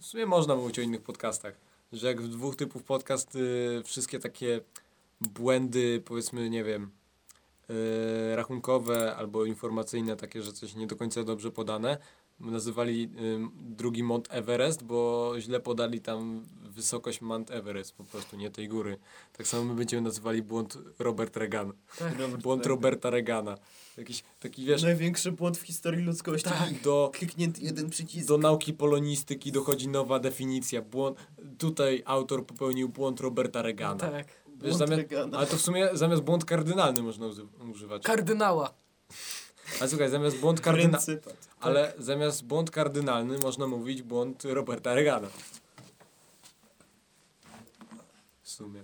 Speaker 2: w sumie można mówić o innych podcastach, że jak w dwóch typów podcast y, wszystkie takie błędy, powiedzmy, nie wiem, y, rachunkowe albo informacyjne, takie, że coś nie do końca dobrze podane, nazywali y, drugi Mount Everest, bo źle podali tam wysokość Mount Everest po prostu, nie tej góry. Tak samo my będziemy nazywali błąd Robert Reagan, błąd Roberta Reagana. Jakiś taki, wiesz,
Speaker 1: No
Speaker 4: Największy błąd w historii ludzkości.
Speaker 2: do
Speaker 4: Kliknięty jeden przycisk.
Speaker 2: do nauki polonistyki dochodzi nowa definicja. Błąd, tutaj autor popełnił błąd Roberta Reagana.
Speaker 3: Tak.
Speaker 2: Wiesz, zamiast, ale to w sumie zamiast błąd kardynalny można uzy- używać.
Speaker 3: Kardynała.
Speaker 2: A słuchaj, zamiast błąd kardynalny.
Speaker 4: tak.
Speaker 2: Ale zamiast błąd kardynalny można mówić błąd Roberta Reagana. W sumie.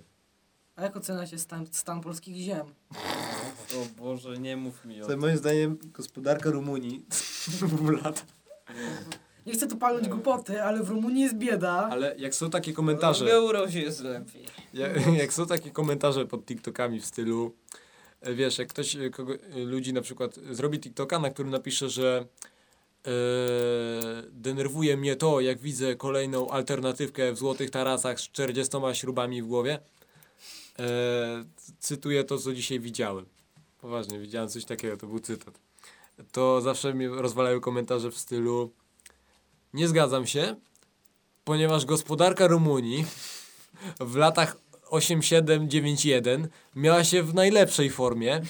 Speaker 3: A jak oceniacie stan, stan polskich ziem?
Speaker 4: O Boże, nie mów mi o
Speaker 2: moim zdaniem gospodarka Rumunii *laughs* lat.
Speaker 6: Nie chcę tu palnąć głupoty, ale w Rumunii jest bieda.
Speaker 2: Ale jak są takie komentarze.
Speaker 4: Eurozie jest lepiej.
Speaker 2: Jak, jak są takie komentarze pod TikTokami w stylu, e, wiesz, jak ktoś e, kogo, e, ludzi na przykład zrobi TikToka, na którym napisze, że e, denerwuje mnie to, jak widzę kolejną alternatywkę w złotych tarasach z 40 śrubami w głowie. E, c- cytuję to, co dzisiaj widziałem. Poważnie, widziałem coś takiego, to był cytat. To zawsze mnie rozwalają komentarze w stylu nie zgadzam się, ponieważ gospodarka Rumunii w latach 8791 miała się w najlepszej formie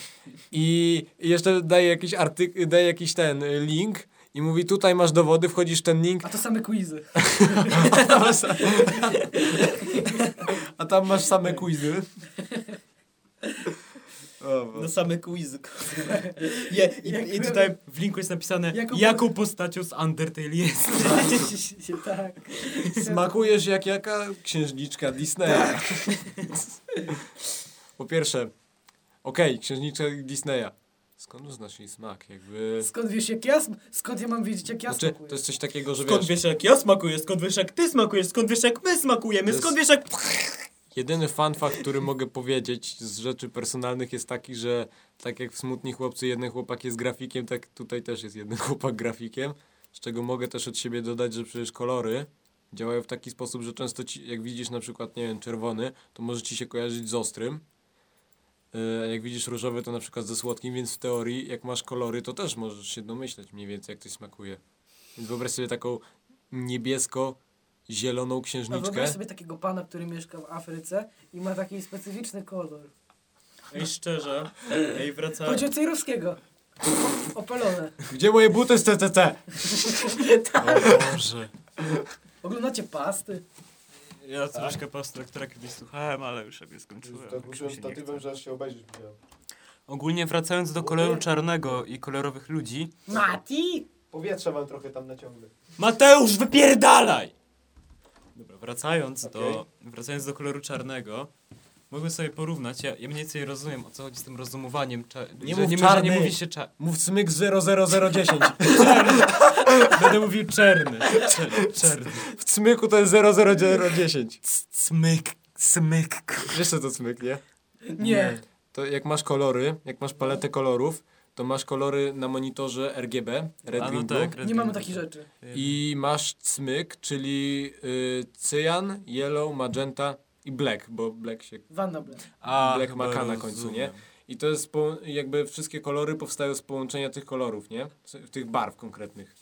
Speaker 2: i jeszcze daje jakiś artyk daje jakiś ten y, link i mówi tutaj masz dowody, wchodzisz w ten link,
Speaker 6: A to same
Speaker 2: *laughs*
Speaker 6: quizy. *laughs*
Speaker 2: a tam masz, a tam masz same quizy. O, Boże.
Speaker 4: No same *laughs* quizy. kurwa. Je, i, I tutaj w linku jest napisane,
Speaker 6: Jaką-
Speaker 4: jaką postacią z Undertale jest.
Speaker 6: tak.
Speaker 2: Smakujesz jak jaka księżniczka Disneya.
Speaker 6: Tak.
Speaker 2: *laughs* Po pierwsze, okej, księżniczka Disneya. Skąd znasz jej smak? Jakby...
Speaker 6: Skąd wiesz jak ja, sm- skąd ja mam wiedzieć jak ja
Speaker 2: Znaczy,
Speaker 6: smakuję?
Speaker 2: to jest coś takiego, że
Speaker 4: Skąd
Speaker 2: wiesz,
Speaker 4: wiesz jak ja smakuję, skąd wiesz jak ty smakujesz, skąd wiesz jak my smakujemy,
Speaker 2: To
Speaker 4: skąd wiesz
Speaker 2: jest-
Speaker 4: jak...
Speaker 2: jedyny fun fact, który mogę powiedzieć z rzeczy personalnych jest taki, że tak jak w Smutni Chłopcy jeden chłopak jest grafikiem, tak tutaj też jest jeden *laughs* chłopak grafikiem, z czego mogę też od siebie dodać, że przecież kolory działają w taki sposób, że często ci, jak widzisz na przykład, nie wiem, czerwony, to może ci się kojarzyć z ostrym, Yy, a jak widzisz różowy, to na przykład ze słodkim, więc w teorii, jak masz kolory, to też możesz się domyśleć mniej więcej, jak coś smakuje. Więc wyobraź sobie taką niebiesko zieloną
Speaker 6: A
Speaker 2: księżniczkę.
Speaker 6: wyobraź sobie takiego pana, który mieszka w Afryce i ma taki specyficzny kolor.
Speaker 4: *laughs* Ej, szczerze, ej, wracałem.
Speaker 6: Chodzi o Cejrowskiego. Opalone.
Speaker 2: Gdzie moje buty z TTT?
Speaker 4: O Boże.
Speaker 6: Oglądacie pasty?
Speaker 4: Ja troszkę pastora, która kiedyś słuchałem, ale już sobie skończyłem.
Speaker 7: Tak
Speaker 4: już mi
Speaker 7: rzuciłem
Speaker 4: się nie chce.
Speaker 7: statywem, że aż się obejrzeć musiałem.
Speaker 4: Ogólnie wracając do koloru czarnego i kolorowych ludzi.
Speaker 6: Mati!
Speaker 7: Powietrza wam trochę tam naciągnę.
Speaker 4: Mateusz, wypierdalaj! Dobra, wracając, do,
Speaker 7: Okej.
Speaker 4: wracając do koloru czarnego. Mogę sobie porównać, ja, ja mniej więcej rozumiem o co chodzi z tym rozumowaniem. Cza-
Speaker 2: Nie
Speaker 4: że
Speaker 2: mów
Speaker 4: nie, że
Speaker 2: czarny.
Speaker 4: nie mówi się czarny.
Speaker 2: Mów smyk 00010.
Speaker 4: Będę mówił czerny. Czerny. czerny.
Speaker 2: W cmyku to jest 00010.
Speaker 4: C- Cmyk, smyk.
Speaker 2: Wiesz co to cmyk, nie?
Speaker 6: Nie.
Speaker 2: To jak masz kolory, jak masz paletę kolorów, to masz kolory na monitorze RGB, Red
Speaker 4: A no
Speaker 2: Green
Speaker 4: tak,
Speaker 2: Blue.
Speaker 4: Red
Speaker 6: Nie
Speaker 4: Green
Speaker 6: mamy
Speaker 4: Blue.
Speaker 6: takich rzeczy.
Speaker 2: I masz cmyk, czyli y, cyjan, yellow, magenta i black, bo black się...
Speaker 6: Wanna Black.
Speaker 4: A,
Speaker 2: Black
Speaker 4: chyba
Speaker 2: Maca na końcu, nie?
Speaker 4: rozumiem.
Speaker 2: I to jest po, jakby wszystkie kolory powstają z połączenia tych kolorów, nie? Z- Tych barw konkretnych.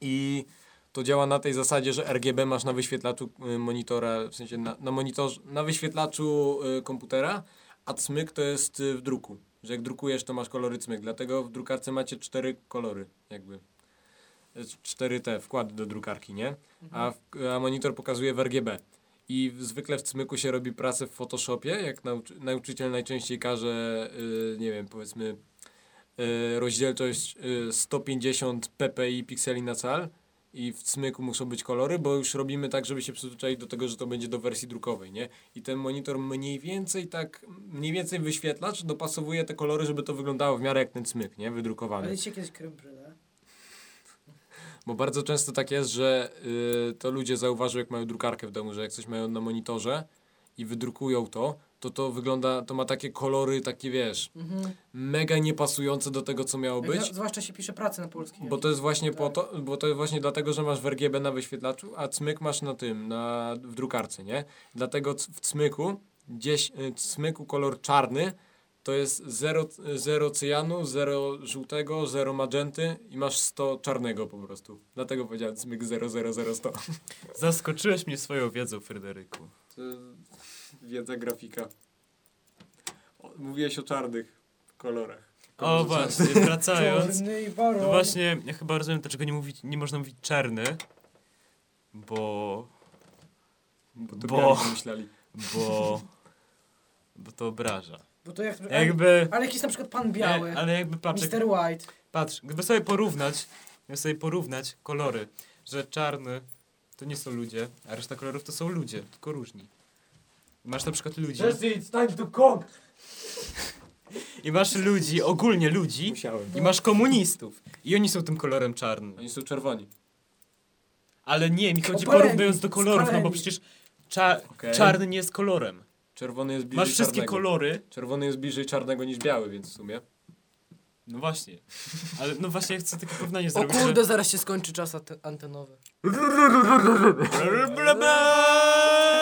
Speaker 2: I to działa na tej zasadzie, że RGB masz na wyświetlaczu y, monitora, w sensie na, na monitorze, na wyświetlaczu y, komputera, a cmyk to jest y, w druku. Że jak drukujesz, to masz kolory cmyk. Dlatego w drukarce macie cztery kolory, jakby. Y, Cztery te wkłady do drukarki, nie? A, w, a monitor pokazuje w RGB. I w- zwykle w cmyku się robi pracę w Photoshopie, jak nauczy- nauczyciel najczęściej każe, y, nie wiem, powiedzmy y, rozdzielczość y, 150 ppi pikseli na cal i w cmyku muszą być kolory, bo już robimy tak, żeby się przyzwyczaić do tego, że to będzie do wersji drukowej, nie? I ten monitor mniej więcej tak, mniej więcej wyświetlacz dopasowuje te kolory, żeby to wyglądało w miarę jak ten cmyk, nie? Wydrukowany.
Speaker 6: Ale dzisiaj kiedyś krem bryle.
Speaker 2: Bo bardzo często tak jest, że y, to ludzie zauważą, jak mają drukarkę w domu, że jak coś mają na monitorze i wydrukują to, to to wygląda, to ma takie kolory, takie wiesz,
Speaker 6: Mhm.
Speaker 2: mega niepasujące do tego, co miało
Speaker 6: Jak,
Speaker 2: być.
Speaker 6: na- zwłaszcza się pisze pracę na polskim.
Speaker 2: Bo to jest właśnie po to, bo to jest właśnie dlatego, że masz w RGB na wyświetlaczu, a cmyk masz na tym, na, w drukarce, nie? Dlatego c- w cmyku, gdzieś, y, cmyku kolor czarny to jest 0 zero cyjanu, 0 żółtego, 0 magenty i masz 100 czarnego po prostu. Dlatego powiedziałem cmyk 0000100.
Speaker 4: Zaskoczyłeś mnie swoją wiedzą, Fryderyku.
Speaker 2: Wiedza grafika. O, Mówiłeś o czarnych kolorach.
Speaker 4: O, właśnie, wracając.
Speaker 6: Czarny i baron.
Speaker 4: No właśnie, ja chyba rozumiem, dlaczego nie, mówić, nie można mówić czarny, bo...
Speaker 2: Bo to
Speaker 4: Bo-
Speaker 2: bo... myśleli.
Speaker 4: bo... bo to obraża.
Speaker 6: Bo to jak... Ale,
Speaker 4: Jakby...
Speaker 6: ale jakiś na przykład pan biały.
Speaker 4: Nie, ale jakby patrz, jak,
Speaker 6: Mr. White.
Speaker 4: patrz, gdyby sobie porównać, gdyby sobie porównać kolory, że czarny to nie są ludzie, a reszta kolorów to są ludzie, tylko różni. Masz na przykład ludzi
Speaker 7: it's time to cook!
Speaker 4: i masz ludzi, ogólnie ludzi
Speaker 2: Musiałem.
Speaker 4: i masz komunistów i oni są tym kolorem czarnym.
Speaker 2: Oni są czerwoni.
Speaker 4: Ale nie, mi chodzi
Speaker 6: Opaleni,
Speaker 4: porównując do kolorów, no bo
Speaker 6: spaleni.
Speaker 4: przecież cza
Speaker 2: Okej.
Speaker 4: czarny nie jest kolorem.
Speaker 2: Czerwony jest bliżej
Speaker 4: Masz wszystkie
Speaker 2: czarnego.
Speaker 4: kolory.
Speaker 2: Czerwony jest bliżej czarnego niż biały, więc w sumie.
Speaker 4: No właśnie. Ale no właśnie ja chcę takie porównanie
Speaker 3: O
Speaker 4: zrobić.
Speaker 3: kurde, zaraz się skończy czas ante- antenowy.
Speaker 4: Że...